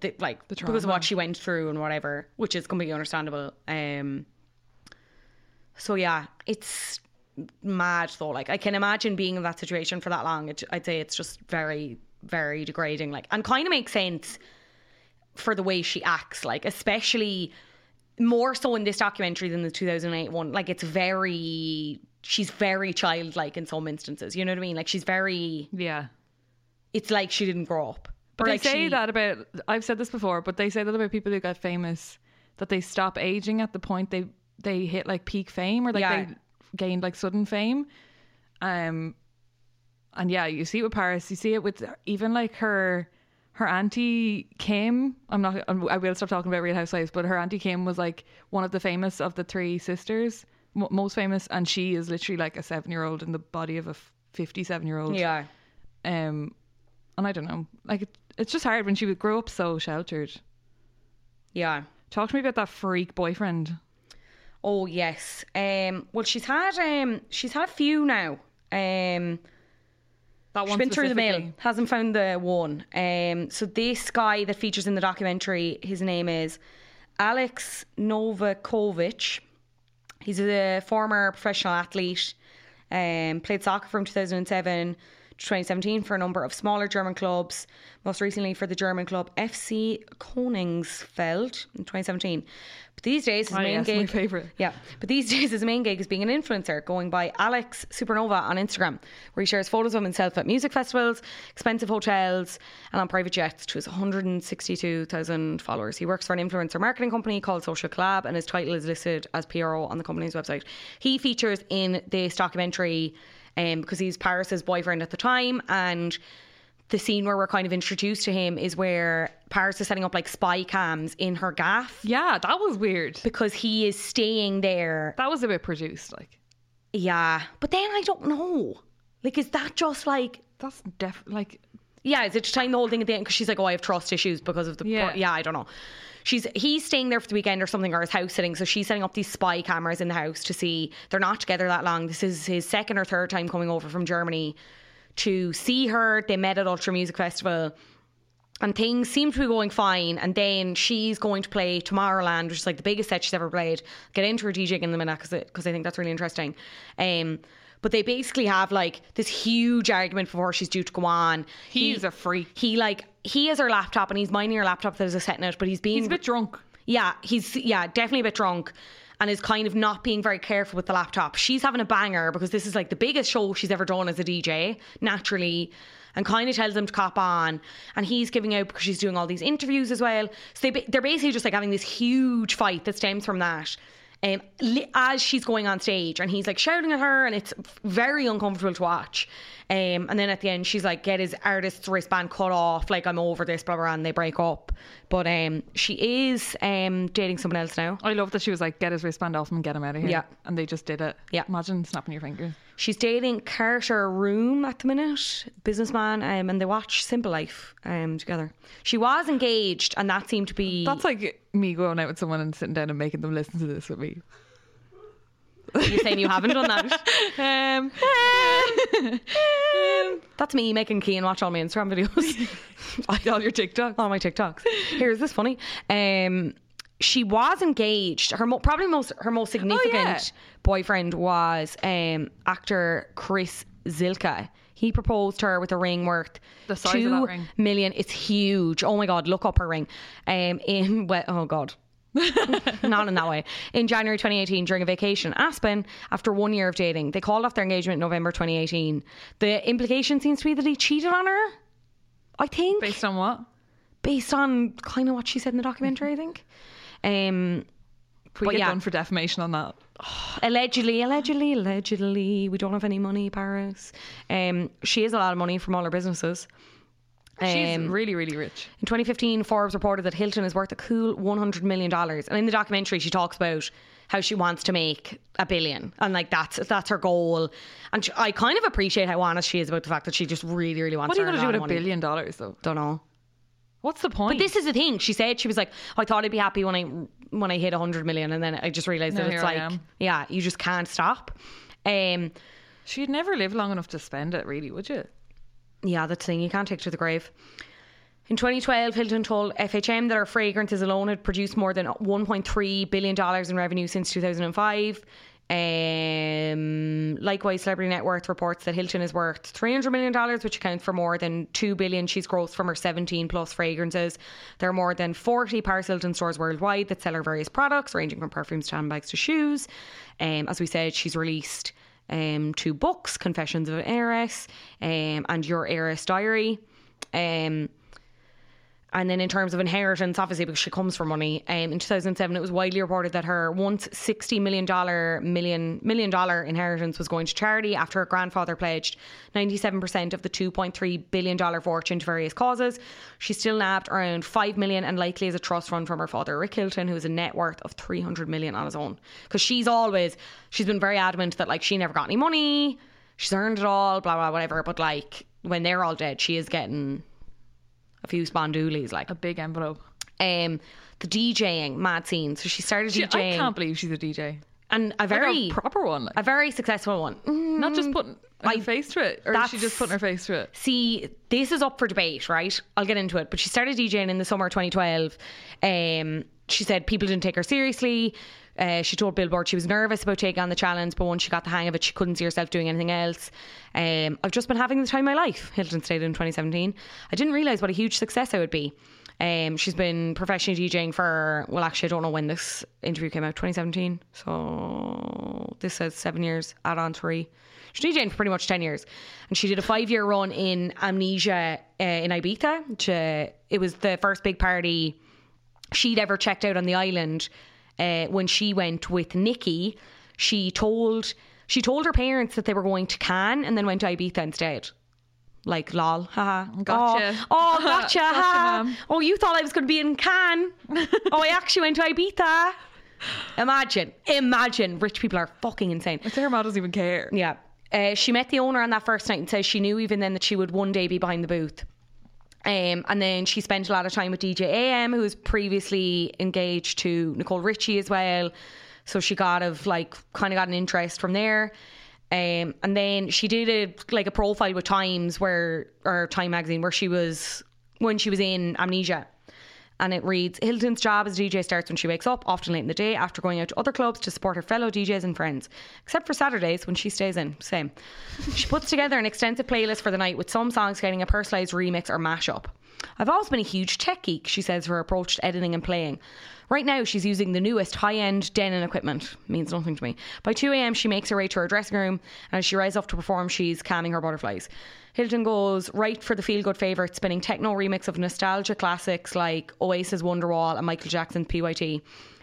the, like because of trauma. what she went through and whatever, which is completely understandable. Um so yeah, it's mad though. Like I can imagine being in that situation for that long. It, I'd say it's just very, very degrading. Like and kind of makes sense for the way she acts. Like especially more so in this documentary than the 2008 one. Like it's very, she's very childlike in some instances. You know what I mean? Like she's very yeah. It's like she didn't grow up. But Or they like say she- that about I've said this before, but they say that about people who got famous that they stop aging at the point they they hit like peak fame or like Yeah. they gained like sudden fame. Um and yeah, you see it with Paris, you see it with even like her her auntie Kim. I'm not I will stop talking about Real Housewives, but her auntie Kim was like one of the famous of the three sisters, m- most famous and she is literally like a 7-year-old in the body of a 57-year-old. Yeah. Um and I don't know. Like it, it's just hard when she would grow up so sheltered. Yeah. Talk to me about that freak boyfriend. Oh yes. Um. Well, she's had um. She's had a few now. Um. That She's one been through the mail. specifically. Hasn't found the one. Um. So this guy that features in the documentary, his name is Alex Novakovic. He's a former professional athlete. Um. Played soccer from 2007. to 2017 for a number of smaller German clubs, most recently for the German club FC Koningsfeld in 2017. But these days, his Oh, main yes, my gig, favourite. yeah, but these days his main gig is being an influencer, going by Alex Supernova on Instagram, where he shares photos of himself at music festivals, expensive hotels, and on private jets to his 162,000 followers. He works for an influencer marketing company called Social Collab, and his title is listed as PRO on the company's website. He features in this documentary um, because he's Paris's boyfriend at the time, and the scene where we're kind of introduced to him is where Paris is setting up like spy cams in her gaff. Yeah, that was weird. Because he is staying there. That was a bit produced, like. Yeah. But then I don't know. Like, is that just like. That's def. Like. Yeah, is it just tying the whole thing at the end? Because she's like, oh, I have trust issues because of the. Yeah. Yeah. yeah, I don't know. She's he's staying there for the weekend or something, or his house sitting. So she's setting up these spy cameras in the house to see they're not together that long. This is his second or third time coming over from Germany to see her. They met at Ultra Music Festival and things seem to be going fine. And then she's going to play Tomorrowland, which is like the biggest set she's ever played. Get into her DJing in the minute because I think that's really interesting. Um, but they basically have like this huge argument before she's due to go on. He's a freak. He like he has her laptop and he's minding her laptop. There's a set in it, but he's being He's a bit drunk. yeah, he's yeah, definitely a bit drunk and is kind of not being very careful with the laptop. She's having a banger because this is like the biggest show she's ever done as a DJ, naturally, and kind of tells him to cop on. And he's giving out because she's doing all these interviews as well. So they, ba- they're basically just like having this huge fight that stems from that. Um, li- as she's going on stage and he's like shouting at her and it's very uncomfortable to watch um, and then at the end she's like get his artist's wristband cut off like I'm over this blah blah, blah and they break up but um, she is um, dating someone else now I love that she was like, get his wristband off him and get him out of here. Yeah. And they just did it. Yeah. Imagine snapping your fingers. she's dating Carter Room at the minute businessman um, and they watch Simple Life um, together she was engaged and that seemed to be That's like me going out with someone and sitting down and making them listen to this with me. you're saying you haven't done that um, Um, That's me making Keen watch all my Instagram videos. all your TikToks. All my TikToks. Here, is this funny? Um, she was engaged. Her mo- probably most her most significant Oh, yeah. boyfriend was um, actor Chris Zilka. He proposed to her with a ring worth The size of that two ring. million. It's huge. Oh my god, look up her ring. Um, in well, oh god. Not in that way. In January 2018, during a vacation, in Aspen, after one year of dating, they called off their engagement in November 2018. The implication seems to be that he cheated on her. I think Based on what? based on kind of what she said in the documentary, I think. Um, If Mm-hmm. we But get yeah. done for defamation on that. allegedly, allegedly, allegedly, we don't have any money, Paris. Um, she has a lot of money from all her businesses. She's Um, really, really rich. in 2015, Forbes reported that Hilton is worth a cool 100 million dollars, and in the documentary, she talks about how she wants to make a billion, and like that's that's her goal. And she, I kind of appreciate how honest she is about the fact that she just really, really wants. What are you going gonna to do with a billion dollars though? Don't know. What's the point? But this is the thing. She said she was like, I thought I'd be happy when I when I hit 100 million, and then I just realized Now that it's here I like, am. yeah, you just can't stop. Um, She'd never live long enough to spend it, really, would you? Yeah, that's the thing. You can't take it to the grave. In 2012, Hilton told FHM that her fragrances alone had produced more than $1.3 billion in revenue since 2005. Um, likewise, Celebrity Net Worth reports that Hilton is worth $300 million, which accounts for more than $2 billion she's grossed from her 17 plus fragrances. There are more than 40 Paris Hilton stores worldwide that sell her various products, ranging from perfumes to handbags to shoes. Um, as we said, she's released um, two books, Confessions of an Heiress um, and Your Heiress Diary. Um, and then in terms of inheritance, obviously because she comes from money, um, in 2007 it was widely reported that her once 60 million dollar million million dollar inheritance was going to charity after her grandfather pledged 97% of the 2.3 billion dollar fortune to various causes. She still nabbed around 5 million and likely as a trust fund from her father Rick Hilton, who has a net worth of 300 million on his own. Because she's always she's been very adamant that like she never got any money, she's earned it all, blah blah whatever. But like when they're all dead, she is getting a few spandoolies, like a big envelope. Um, the DJing mad scene. So she started She- I DJing. can't believe she's a DJ. and a Like a very proper one, like. a very successful one. Mm-hmm. Not just putting her face to it, or is she just putting her face to it? See, this is up for debate, right? I'll get into it. But she started DJing in the summer of 2012. Um, she said people didn't take her seriously. Uh, she told Billboard she was nervous about taking on the challenge, but once she got the hang of it, she couldn't see herself doing anything else. Um, I've just been having the time of my life, Hilton stated in 2017. I didn't realise what a huge success I would be. Um, she's been professionally DJing for, well, actually, I don't know when this interview came out, 2017. So this says seven years, add on three. She's DJing for pretty much 10 years. And she did a five year run in Amnesia uh, in Ibiza. Which, uh, it was the first big party she'd ever checked out on the island uh, when she went with Nikki. She told she told her parents that they were going to Cannes and then went to Ibiza instead. Like lol, haha. Gotcha. Oh, oh Gotcha, gotcha. ha. ma'am. Oh, you thought I was going to be in Cannes. oh, I actually went to Ibiza. Imagine, imagine. Rich people are fucking insane. It's her mom doesn't even care. Yeah. Uh, she met the owner on that first night and says she knew even then that she would one day be behind the booth. Um, and then she spent a lot of time with DJ AM, who was previously engaged to Nicole Richie as well. So she got of like kind of got an interest from there. Um, and then she did a like a profile with Times where or Time magazine where she was when she was in Amnesia. And it reads Hilton's job as DJ starts when she wakes up, often late in the day, after going out to other clubs to support her fellow DJs and friends, except for Saturdays when she stays in. Same. she puts together an extensive playlist for the night with some songs getting a personalised remix or mashup. I've always been a huge tech geek, she says, her approach to editing and playing. Right now, she's using the newest high end Denon equipment. Means nothing to me. By 2 a.m., she makes her way to her dressing room, and as she rises up to perform, she's calming her butterflies. Hilton goes right for the feel good favourite, spinning techno remix of nostalgia classics like Oasis Wonderwall and Michael Jackson's PYT.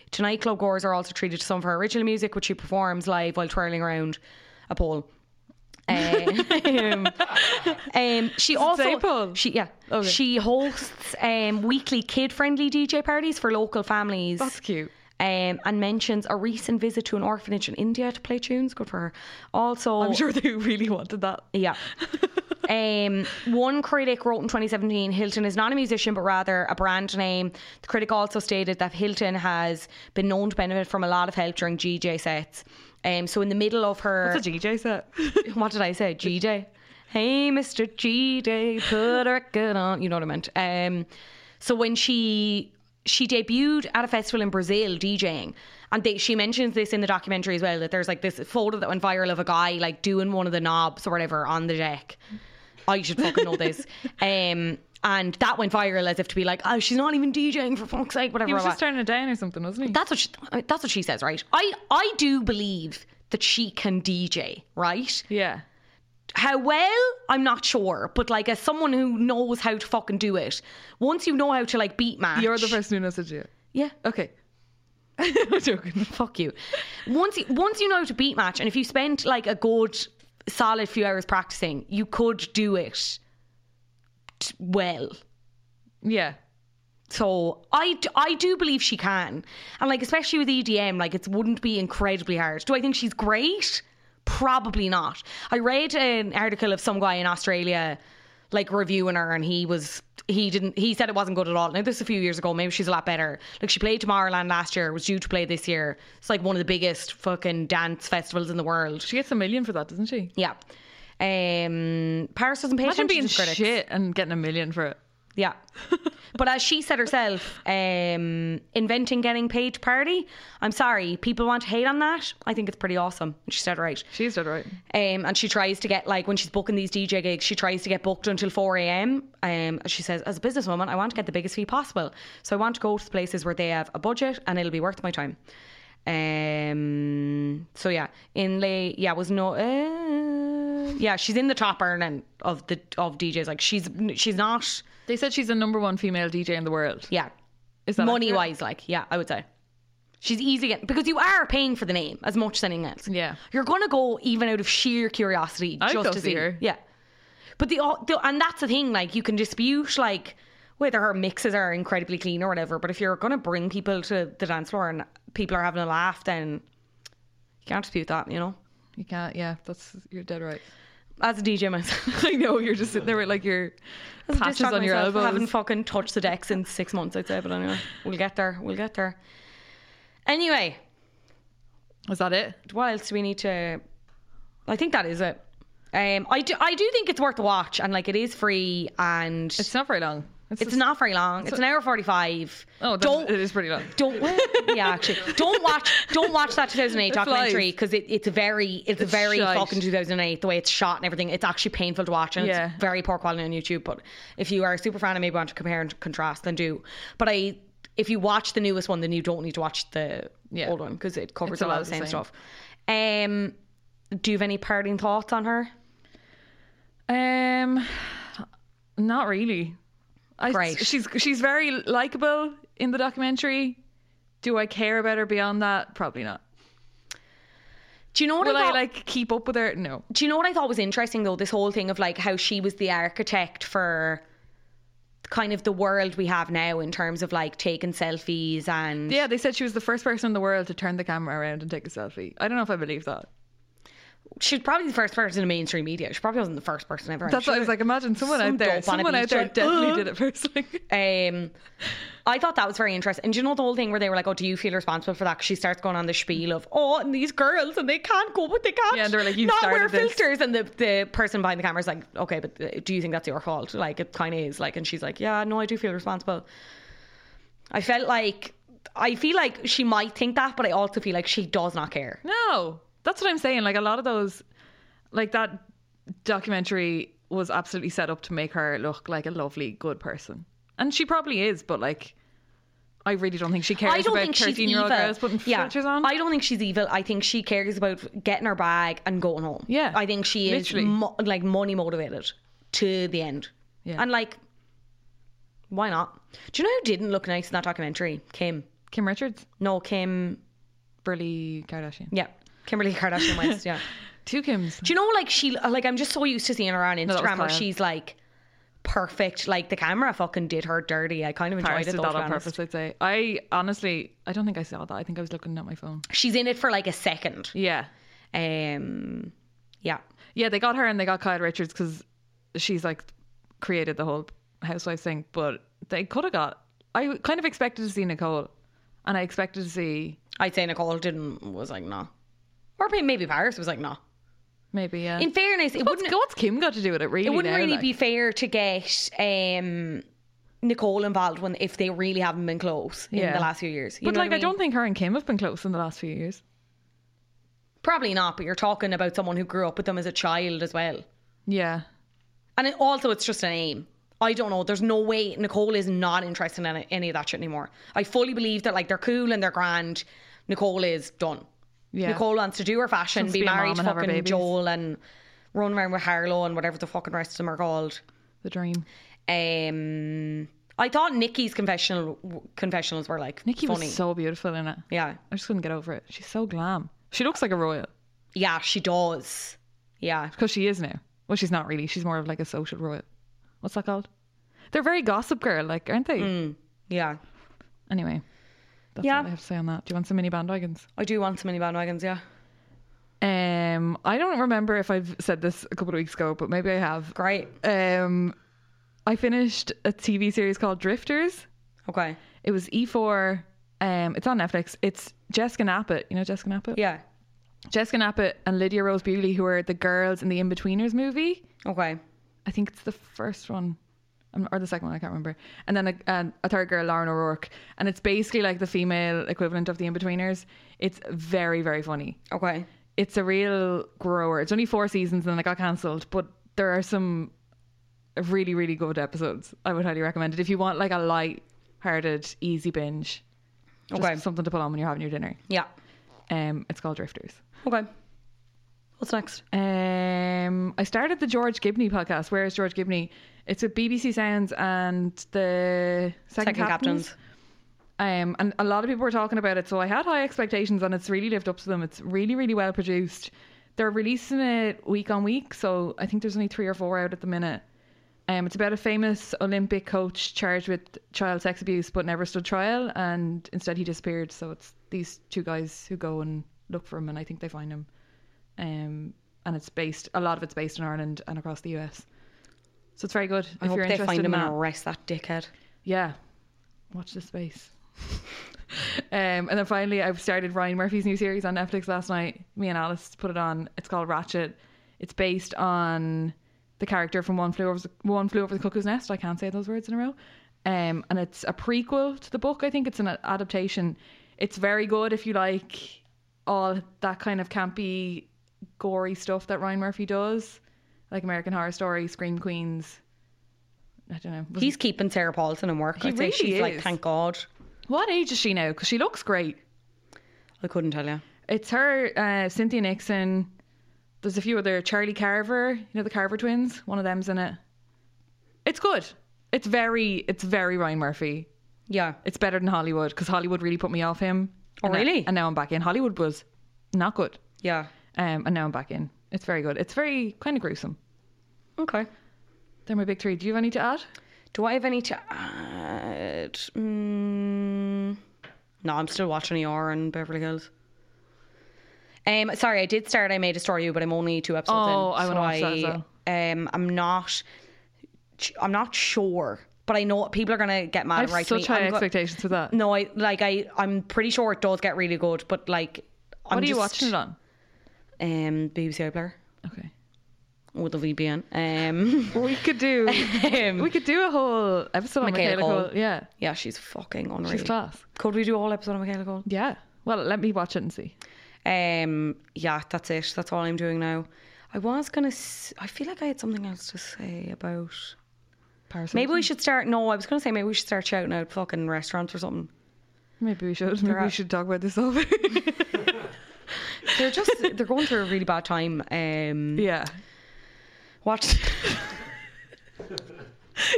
Tonight, club goers are also treated to some of her original music, which she performs live while twirling around a pole. Um, um, she also she yeah she hosts um, weekly kid friendly DJ parties for local families. That's cute. Um, and mentions a recent visit to an orphanage in India to play tunes. Good for her. Also, I'm sure they really wanted that. yeah. um, one critic wrote in 2017 Hilton is not a musician, but rather a brand name. The critic also stated that Hilton has been known to benefit from a lot of help during GJ sets. Um, so, in the middle of her. What's a GJ set? what did I say? GJ. Hey, Mr. GJ, put a record on. You know what I meant. Um, so, when she. She debuted at a festival in Brazil DJing, and they, she mentions this in the documentary as well. That there's like this photo that went viral of a guy like doing one of the knobs or whatever on the deck, I should fucking know this. Um, and that went viral as if to be like, oh, she's not even DJing for fuck's sake, whatever. He was blah, just blah. turning it down or something, wasn't he? that's what she, that's what she says, right? I I do believe that she can DJ, right? Yeah. How well, I'm not sure, but like as someone who knows how to fucking do it, once you know how to like beat match, You're the person who knows it. Yeah. Yeah. Okay. I'm joking. Fuck you. Once you, once you know how to beat match, and if you spent like a good solid few hours practicing, you could do it t- well. Yeah. So I, d- I do believe she can, and like especially with EDM, like it wouldn't be incredibly hard. Do I think she's great? Probably not. I read an article of some guy in Australia like reviewing her and he was he didn't he said it wasn't good at all. Now this is a few years ago, maybe she's a lot better. Like she played Tomorrowland last year, was due to play this year. It's like one of the biggest fucking dance festivals in the world. She gets a million for that, doesn't she? Yeah. Um Paris doesn't pay Imagine attention being to critics. shit and getting a million for it. Yeah. but as she said herself, um, inventing getting paid to party. I'm sorry, people want to hate on that. I think it's pretty awesome. She said right. She's dead right. Um, and she tries to get like when she's booking these DJ gigs, she tries to get booked until four a.m. Um, she says, as a businesswoman, I want to get the biggest fee possible, so I want to go to places where they have a budget and it'll be worth my time. Um, so yeah, in lay, yeah, was no, uh, yeah, she's in the top earning of the of DJs. Like she's she's not. They said she's the number one female DJ in the world. Yeah. Is that money accurate? wise, like, yeah, I would say. She's easy get- because you are paying for the name as much as anything else. Yeah. You're gonna go even out of sheer curiosity I'd just go to see see her. Yeah. But the, the and that's the thing, like you can dispute like whether her mixes are incredibly clean or whatever, but if you're gonna bring people to the dance floor and people are having a laugh, then you can't dispute that, you know? You can't. Yeah, that's you're dead right. As a DJ myself. I know you're just sitting there with like your As a patches disc jockey on your myself, elbows. Haven't fucking touched the decks in six months, I'd say. But anyway, we'll get there. We'll get there. Anyway, Is that it? what else do we need to? I think that is it. Um, I do, I do think it's worth a watch, and like it is free, and it's, It's not very long. It's, just- not very long. It's an hour forty-five. Oh, don't don't. It is pretty long. don't yeah actually don't watch don't watch that 2008 It documentary flies. because it, it's very it's, It's very shite. fucking 2008 the way it's shot and everything it's actually painful to watch and Yeah. it's very poor quality on YouTube but if you are a super fan and maybe want to compare and contrast then do but I if you watch the newest one then you don't need to watch the Yeah. old one because it covers It's a lot of the same, stuff um do you have any parting thoughts on her Um, not really. I, Great. She's she's very likable in the documentary. Do I care about her beyond that? Probably not. do you know what Will I I thought? like keep up with her? No. do you know what I thought was interesting though? This whole thing of like how she was the architect for kind of the world we have now in terms of like taking selfies and Yeah, they said she was the first person in the world to turn the camera around and take a selfie. I don't know if I believe that. she's probably the first person in mainstream media. She probably wasn't the first person ever. I'm That's what I sure. was like. Imagine someone Some out there. dope on a Someone out beach there went, definitely "Ugh." did it first. Um, I thought that was very interesting. And do you know the whole thing where they were like, "Oh, do you feel responsible for that?" 'Cause she starts going on the spiel of, "Oh, and these girls and they can't go, but they can't." Yeah, and they were like, "You not wear started this." filters." And the the person behind the camera is like, "Okay, but uh, do you think that's your fault?" Like it kind of is. Like, and she's like, "Yeah, no, I do feel responsible." I felt like I feel like she might think that, but I also feel like she does not care. No, that's what I'm saying. Like a lot of those, like that documentary was absolutely set up to make her look like a lovely, good person, and she probably is. But like, I really don't think she cares I don't about think she's evil. thirteen-year-old girls putting yeah. filters on. I don't think she's evil. I think she cares about getting her bag and going home. Yeah. I think she is Literally. mo- like money motivated to the end. Yeah. And like, why not? Do you know who didn't look nice in that documentary? Kim. Kim Richards, No, Kim. Burley Kardashian, Yeah. Kimberly Kardashian West. Yeah. two Kims. Do you know like she like I'm just so used to seeing her on that was Instagram where Kyle. she's like perfect. Like the camera fucking did her dirty. I kind of enjoyed Paris it did though. that to be on honest. purpose. I'd say. I honestly, I don't think I saw that. I think I was looking at my phone. She's in it for like a second. Yeah, Um. Yeah. yeah. They got her and they got Kyle Richards because she's like created the whole housewife thing. But they could have got. I kind of expected to see Nicole, and I expected to see I'd say Nicole didn't was like no, or may- maybe Paris was like no. Maybe yeah. In fairness, it what's, wouldn't what's Kim got to do with it? Really, it wouldn't now, really like? be fair to get um, Nicole involved when if they really haven't been close in Yeah. the last few years. You But know like, what I, I, mean? don't think her and Kim have been close in the last few years. probably not. But you're talking about someone who grew up with them as a child as well, Yeah, and it, also it's just a name. I don't know. There's no way Nicole is not interested in any of that shit anymore. I fully believe that like they're cool and they're grand. Nicole is done. yeah. Nicole wants to do her fashion, Wants to be, be a mom married and to have her fucking babies. Joel and run around with Harlow and whatever the fucking rest of them are called. the dream. Um I thought Nikki's confessional confessionals were like Nikki funny. was so beautiful in it. Yeah. I just couldn't get over it. She's so glam. She looks like a royal. Yeah, she does. Yeah. Because she is now. Well, she's not really. She's more of like a social royal. What's that called? They're very gossip girl, like, aren't they? yeah. Anyway, that's Yeah. all I have to say on that. Do you want some mini bandwagons? I do want some mini bandwagons, yeah. Um, I don't remember if I've said this a couple of weeks ago, but maybe I have. Great. Um, I finished a TV series called Drifters. Okay. It was E4. Um, it's on Netflix. It's Jessica Nappet. You know Jessica Nappet? Yeah. Jessica Nappet and Lydia Rose Bewley, who are the girls in the Inbetweeners movie. Okay. I think it's the first one. um, Or the second one, I can't remember. And then a, and a third girl, Lauren O'Rourke. And it's basically like the female equivalent of the Inbetweeners. It's very, very funny. Okay. It's a real grower. It's only four seasons and then it got cancelled, but there are some really, really good episodes. I would highly recommend it. If you want like a light hearted, easy binge. Just Okay. Something to put on when you're having your dinner. Yeah. Um, it's called Drifters. Okay. What's next? Um, I started the George Gibney podcast. Where is George Gibney? It's with BBC Sounds and the Second, Second Captains. Captains. Um, and a lot of people were talking about it, so I had high expectations, and it's really lived up to them. It's really, really well produced. They're releasing it week on week, so I think there's only three or four out at the minute. Um, it's about a famous Olympic coach charged with child sex abuse, but never stood trial, and instead he disappeared. So it's these two guys who go and look for him, and I think they find him. Um, and it's based a lot of it's based in Ireland and across the US. So it's very good. I if hope you're they interested find in him and that. arrest that dickhead. Yeah. Watch this space. um, and then finally, I've started Ryan Murphy's new series on Netflix last night. Me and Alice put it on. It's called Ratchet. It's based on the character from One Flew Over the, One Flew Over the Cuckoo's Nest. I can't say those words in a row. Um, and it's a prequel to the book. I think it's an a- adaptation. It's very good if you like all that kind of campy, gory stuff that Ryan Murphy does, like American Horror Story, Scream Queens. I don't know. He's keeping Sarah Paulson in work. He I'd really say she's like, is. thank God. What age is she now? Because she looks great. I couldn't tell you. It's her, uh, Cynthia Nixon. There's a few other Charlie Carver. You know the Carver twins. One of them's in it. It's good. It's very, it's very Ryan Murphy. Yeah. It's better than Hollywood because Hollywood really put me off him. Oh, And I- really? and now I'm back in. Hollywood was not good. Yeah. Um, and now I'm back in. It's very good. It's very kind of gruesome. Okay. They're my big three. Do you have any to add? Do I have any to add? Mm, no, I'm still watching ER and Beverly Hills. Um, sorry, I did start. I made a story, but I'm only two episodes in. Oh, I wanna watch that as well. Um, I'm not. I'm not sure, but I know people are gonna get mad. I have right such to me. high I'm go- expectations for that. no, I like I. I'm pretty sure it does get really good, but like, I'm what are you just- watching it on? Um, BBC iPlayer Okay. with a VPN. Um, We could do. we could do a whole episode on Michaela Michaela Cole. Cole. Yeah. yeah, she's fucking unreal. She's class. Could we do a whole episode on Michaela Cole? Yeah. Well, let me watch it and see. Um, yeah, that's it. That's all I'm doing now. I was gonna. S- I feel like I had something else to say about. Paris. Maybe we should start. No, I was gonna say maybe we should start shouting out fucking restaurants or something. Maybe we should. Maybe we out. should talk about this over. They're just they're going through a really bad time. Um, yeah. Watch.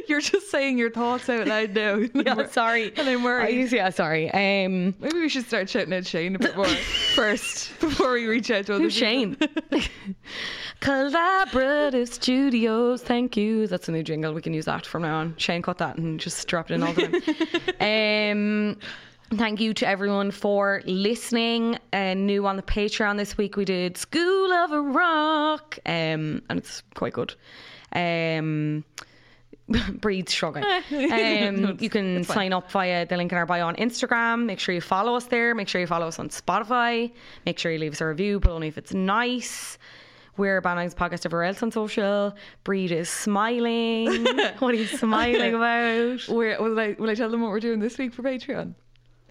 You're just saying your thoughts out loud now. yeah, sorry. And I'm worried. yeah, sorry. Um, Maybe we should start shouting out Shane a bit more first before we reach out to other who's Shane? Collaborative Studios. Thank you. That's a new jingle. We can use that from now on. Shane cut that and just dropped it in all the time. Um, thank you to everyone for listening. Uh, new on the Patreon this week, we did School of a Rock, um, and it's quite good. Um, Breeds shrugging. Um, you can sign up via the link in our bio on Instagram. Make sure you follow us there. Make sure you follow us on Spotify. Make sure you leave us a review, but only if it's nice. We're Bannings Podcast everywhere else on social. Breed is smiling. what are you smiling about? people. Where will I will I tell them what we're doing this week for Patreon?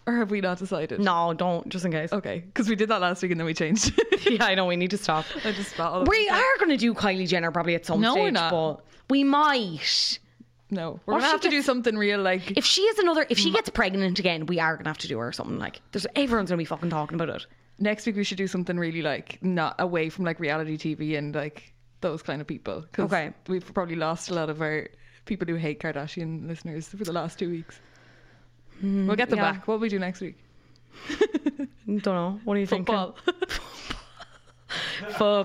Or have we not decided? No, don't, just in case. Okay. Because we did that last week and then we changed. Yeah, I know, we need to stop. I just felt all over We the place. are going to do Kylie Jenner probably at some No, stage, we're not. but we might. No. We're Or gonna she have to do gets- something real like If she is another, if she gets pregnant again, we are going to have to do her something like, there's everyone's going to be fucking talking about it. next week we should do something really like not away from like reality TV and like those kind of people. 'Cause Okay. We've probably lost a lot of our people who hate Kardashian listeners for the last two weeks. we'll get them Hmm, yeah. back. What will we do next week? Don't know. What do you think? uh, Football.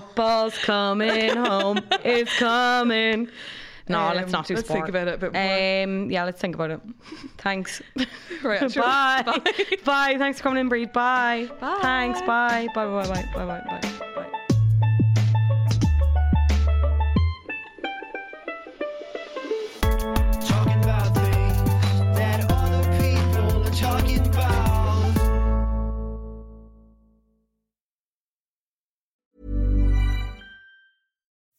Football's coming home. It's coming. No, let's Um, not do let's sport. think about it a bit Um, yeah, let's think about it. Thanks. Right, sure. Bye. Bye. Thanks for coming in, Breed. Bye. Bye. Thanks. Bye. Bye. Bye. Bye. Bye. Bye. Bye. bye. Talking about things that other people are talking about.